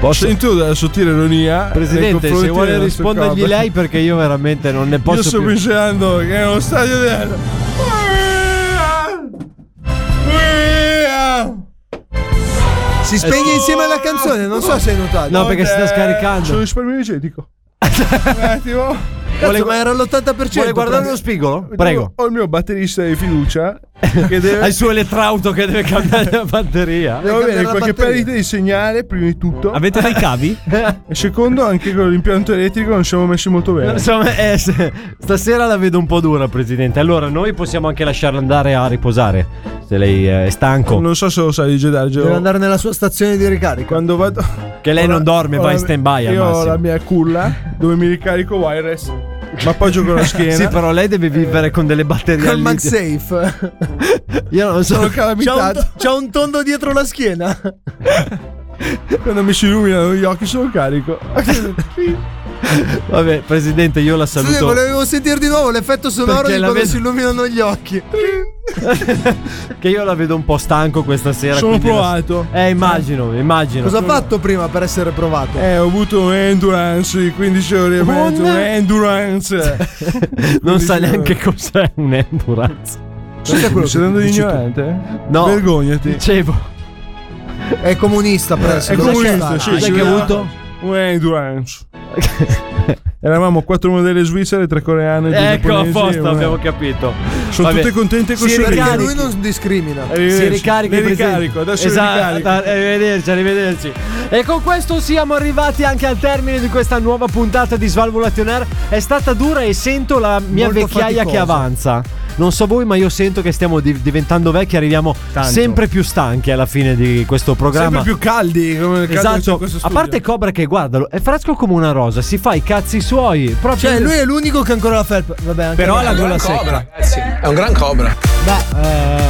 Posso in tu della sottile ironia? Eh, Presidente, se vuole rispondergli lei, perché io veramente non ne Io posso sto più. pensando che è uno stadio del. Si spegne insieme alla canzone, non so se hai notato. Eh, No, perché si sta scaricando. Eh, Sono risparmio <laughs> energetico. Cazzo, ma era all'80%. Vuole guardare uno spigolo? Prego. Ho il mio batterista di fiducia <laughs> che deve. Ha il suo elettrauto che deve cambiare la batteria. Devo avere cambiare la qualche batteria. perdita di segnale, prima di tutto. Avete dei cavi? <laughs> E secondo, anche con l'impianto elettrico non siamo messi molto bene. Insomma, eh, s- stasera la vedo un po' dura, Presidente. Allora, noi possiamo anche lasciarla andare a riposare. Se lei eh, è stanco. Non so se lo sai di Deve Gedargio. andare nella sua stazione di ricarica. Quando vado. Che lei non dorme, ho va la- in stand-by al Io ho massimo. la mia culla dove mi ricarico wireless. Ma poi gioco <laughs> la schiena. Sì, però lei deve vivere con delle batterie. Col al litio. MagSafe. Io non so. Sono calamitato. C'ha un, tondo <laughs> dietro la schiena. Quando mi si illuminano gli occhi sono carico. Vabbè, Presidente, io la Sì, saluto. volevo sentire di nuovo l'effetto sonoro Perché di la quando vedo- si illuminano gli occhi. Che io la vedo un po' stanco questa sera. Sono quindi la- provato. Eh, immagino, immagino. Cosa ha fatto prima per essere provato? Eh, ho avuto un endurance di 15 ore e mezzo. Un <laughs> endurance. <laughs> Non sa Quindi- neanche cos'è un endurance. Cos'è quello? Sei dando di ignorante? No. Vergognati. Dicevo. Eh, È comunista presso. Eh, È dove comunista, sta? sì. Sai sì, che no. ha avuto? Un <laughs> endurance. Eravamo quattro modelle svizzere, tre coreane. due Ecco, giapponesi e apposta, una- abbiamo capito. Eh, Sono Vabbè. tutte contente col Sì, perché sorriso. lui non discrimina. Si Arrivederci. ricarica Mi il presidente. ricarico, adesso mi esatto, ricarico. Arrivederci, arrivederci. E con questo siamo arrivati anche al termine di questa nuova puntata di Svalvolation Air. È stata dura e sento la mia Molto vecchiaia faticosa. che avanza. Non so voi, ma io sento che stiamo div- diventando vecchi, arriviamo sempre più stanchi alla fine di questo Sempre programma. più caldi come il caldo che c'è in Esatto, questo a studio. parte Cobra che guardalo, è fresco come una rosa, si fa i cazzi suoi. Proprio Cioè, lui è l'unico che ancora la felpa. Vabbè, anche Però ha la lui. gola secca. È un gran cobra. Beh, eh,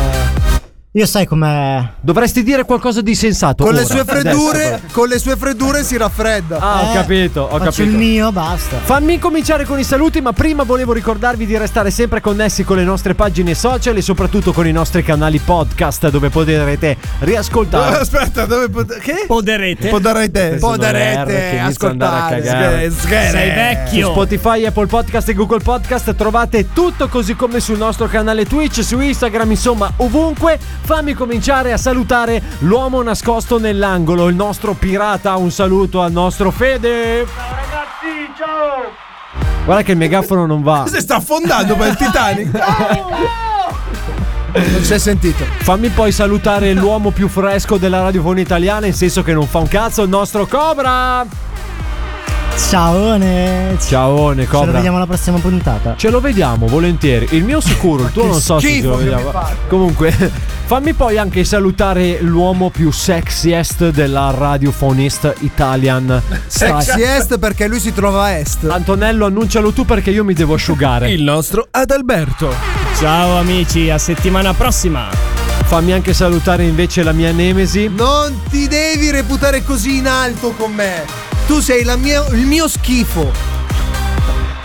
io sai com'è. Dovresti dire qualcosa di sensato. Con le ora, sue adesso, freddure, proprio. con le sue freddure si raffredda. Ah, ho Eh, capito, ho Faccio capito. il mio, basta. Fammi cominciare con i saluti, ma prima volevo ricordarvi di restare sempre connessi con le nostre pagine social e soprattutto con i nostri canali podcast dove potrete riascoltare. Aspetta, dove pot- che? Poderete. Podarete. Sono Poderete le R che iniziano ad andare a ascoltare. cagare. Sei vecchio. Su Spotify, Apple Podcast e Google Podcast trovate tutto così come sul nostro canale Twitch, su Instagram, insomma ovunque. Fammi cominciare a salutare l'uomo nascosto nell'angolo, il nostro pirata. Un saluto al nostro Fede. Ragazzi, ciao! Guarda che il megafono <laughs> non va. Si sta affondando <laughs> per il Titanic. Non si è sentito. Fammi poi salutare l'uomo più fresco della radiofonia italiana, in senso che non fa un cazzo, il nostro Cobra. Ciaone. Ciaone, Ci Cobra. vediamo alla prossima puntata. Ce lo vediamo volentieri. Il mio sicuro, il tuo non so se ce schifo lo che vediamo. mi fai. Comunque, <laughs> fammi poi anche salutare l'uomo più sexiest della radiofonist italian. Sexy est perché lui si trova a est. Antonello, annuncialo tu perché io mi devo asciugare. Il nostro Adalberto. Ciao amici, a settimana prossima. Fammi anche salutare invece la mia nemesi. Non ti devi reputare così in alto con me. Tu sei la mia- il mio schifo.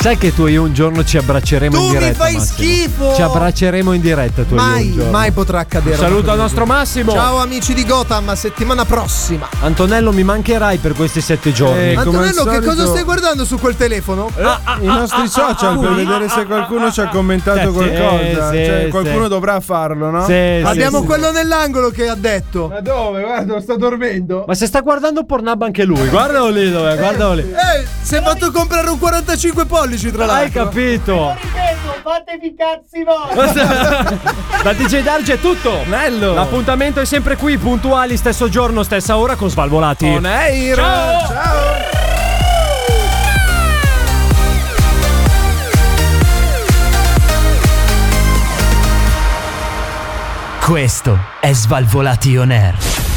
Sai che tu e io un giorno ci abbracceremo Tu in mi diretta. fai Massimo. schifo! Ci abbracceremo in diretta tu e io. Mai, un giorno. mai potrà accadere. una Saluto cosa al del nostro Massimo. genere. Ciao amici di Gotham, a settimana prossima. Antonello, mi mancherai per questi sette giorni. Eh, come al Antonello, che solito- Eh, cosa Ah, stai guardando su quel telefono? Ah, I nostri social per vedere ah, se qualcuno ci ha commentato sì, qualcosa. sì, cioè, sì. qualcuno dovrà farlo, no? Sì, sì, Abbiamo sì. quello nell'angolo che ha detto. Ma dove? Guarda, sta dormendo. Ma se sta guardando Pornhub anche lui, guardalo lì dove, guardalo lì. Eh, si è fatto comprare un 45 pollici, tra Hai l'altro. capito? <laughs> Ripeto, Fatevi i cazzi vostri! Da DJ Darge è tutto. Bello. L'appuntamento è sempre qui, puntuali, stesso giorno, stessa ora con Svalvolati. On air. Ciao. Questo è Svalvolation Air.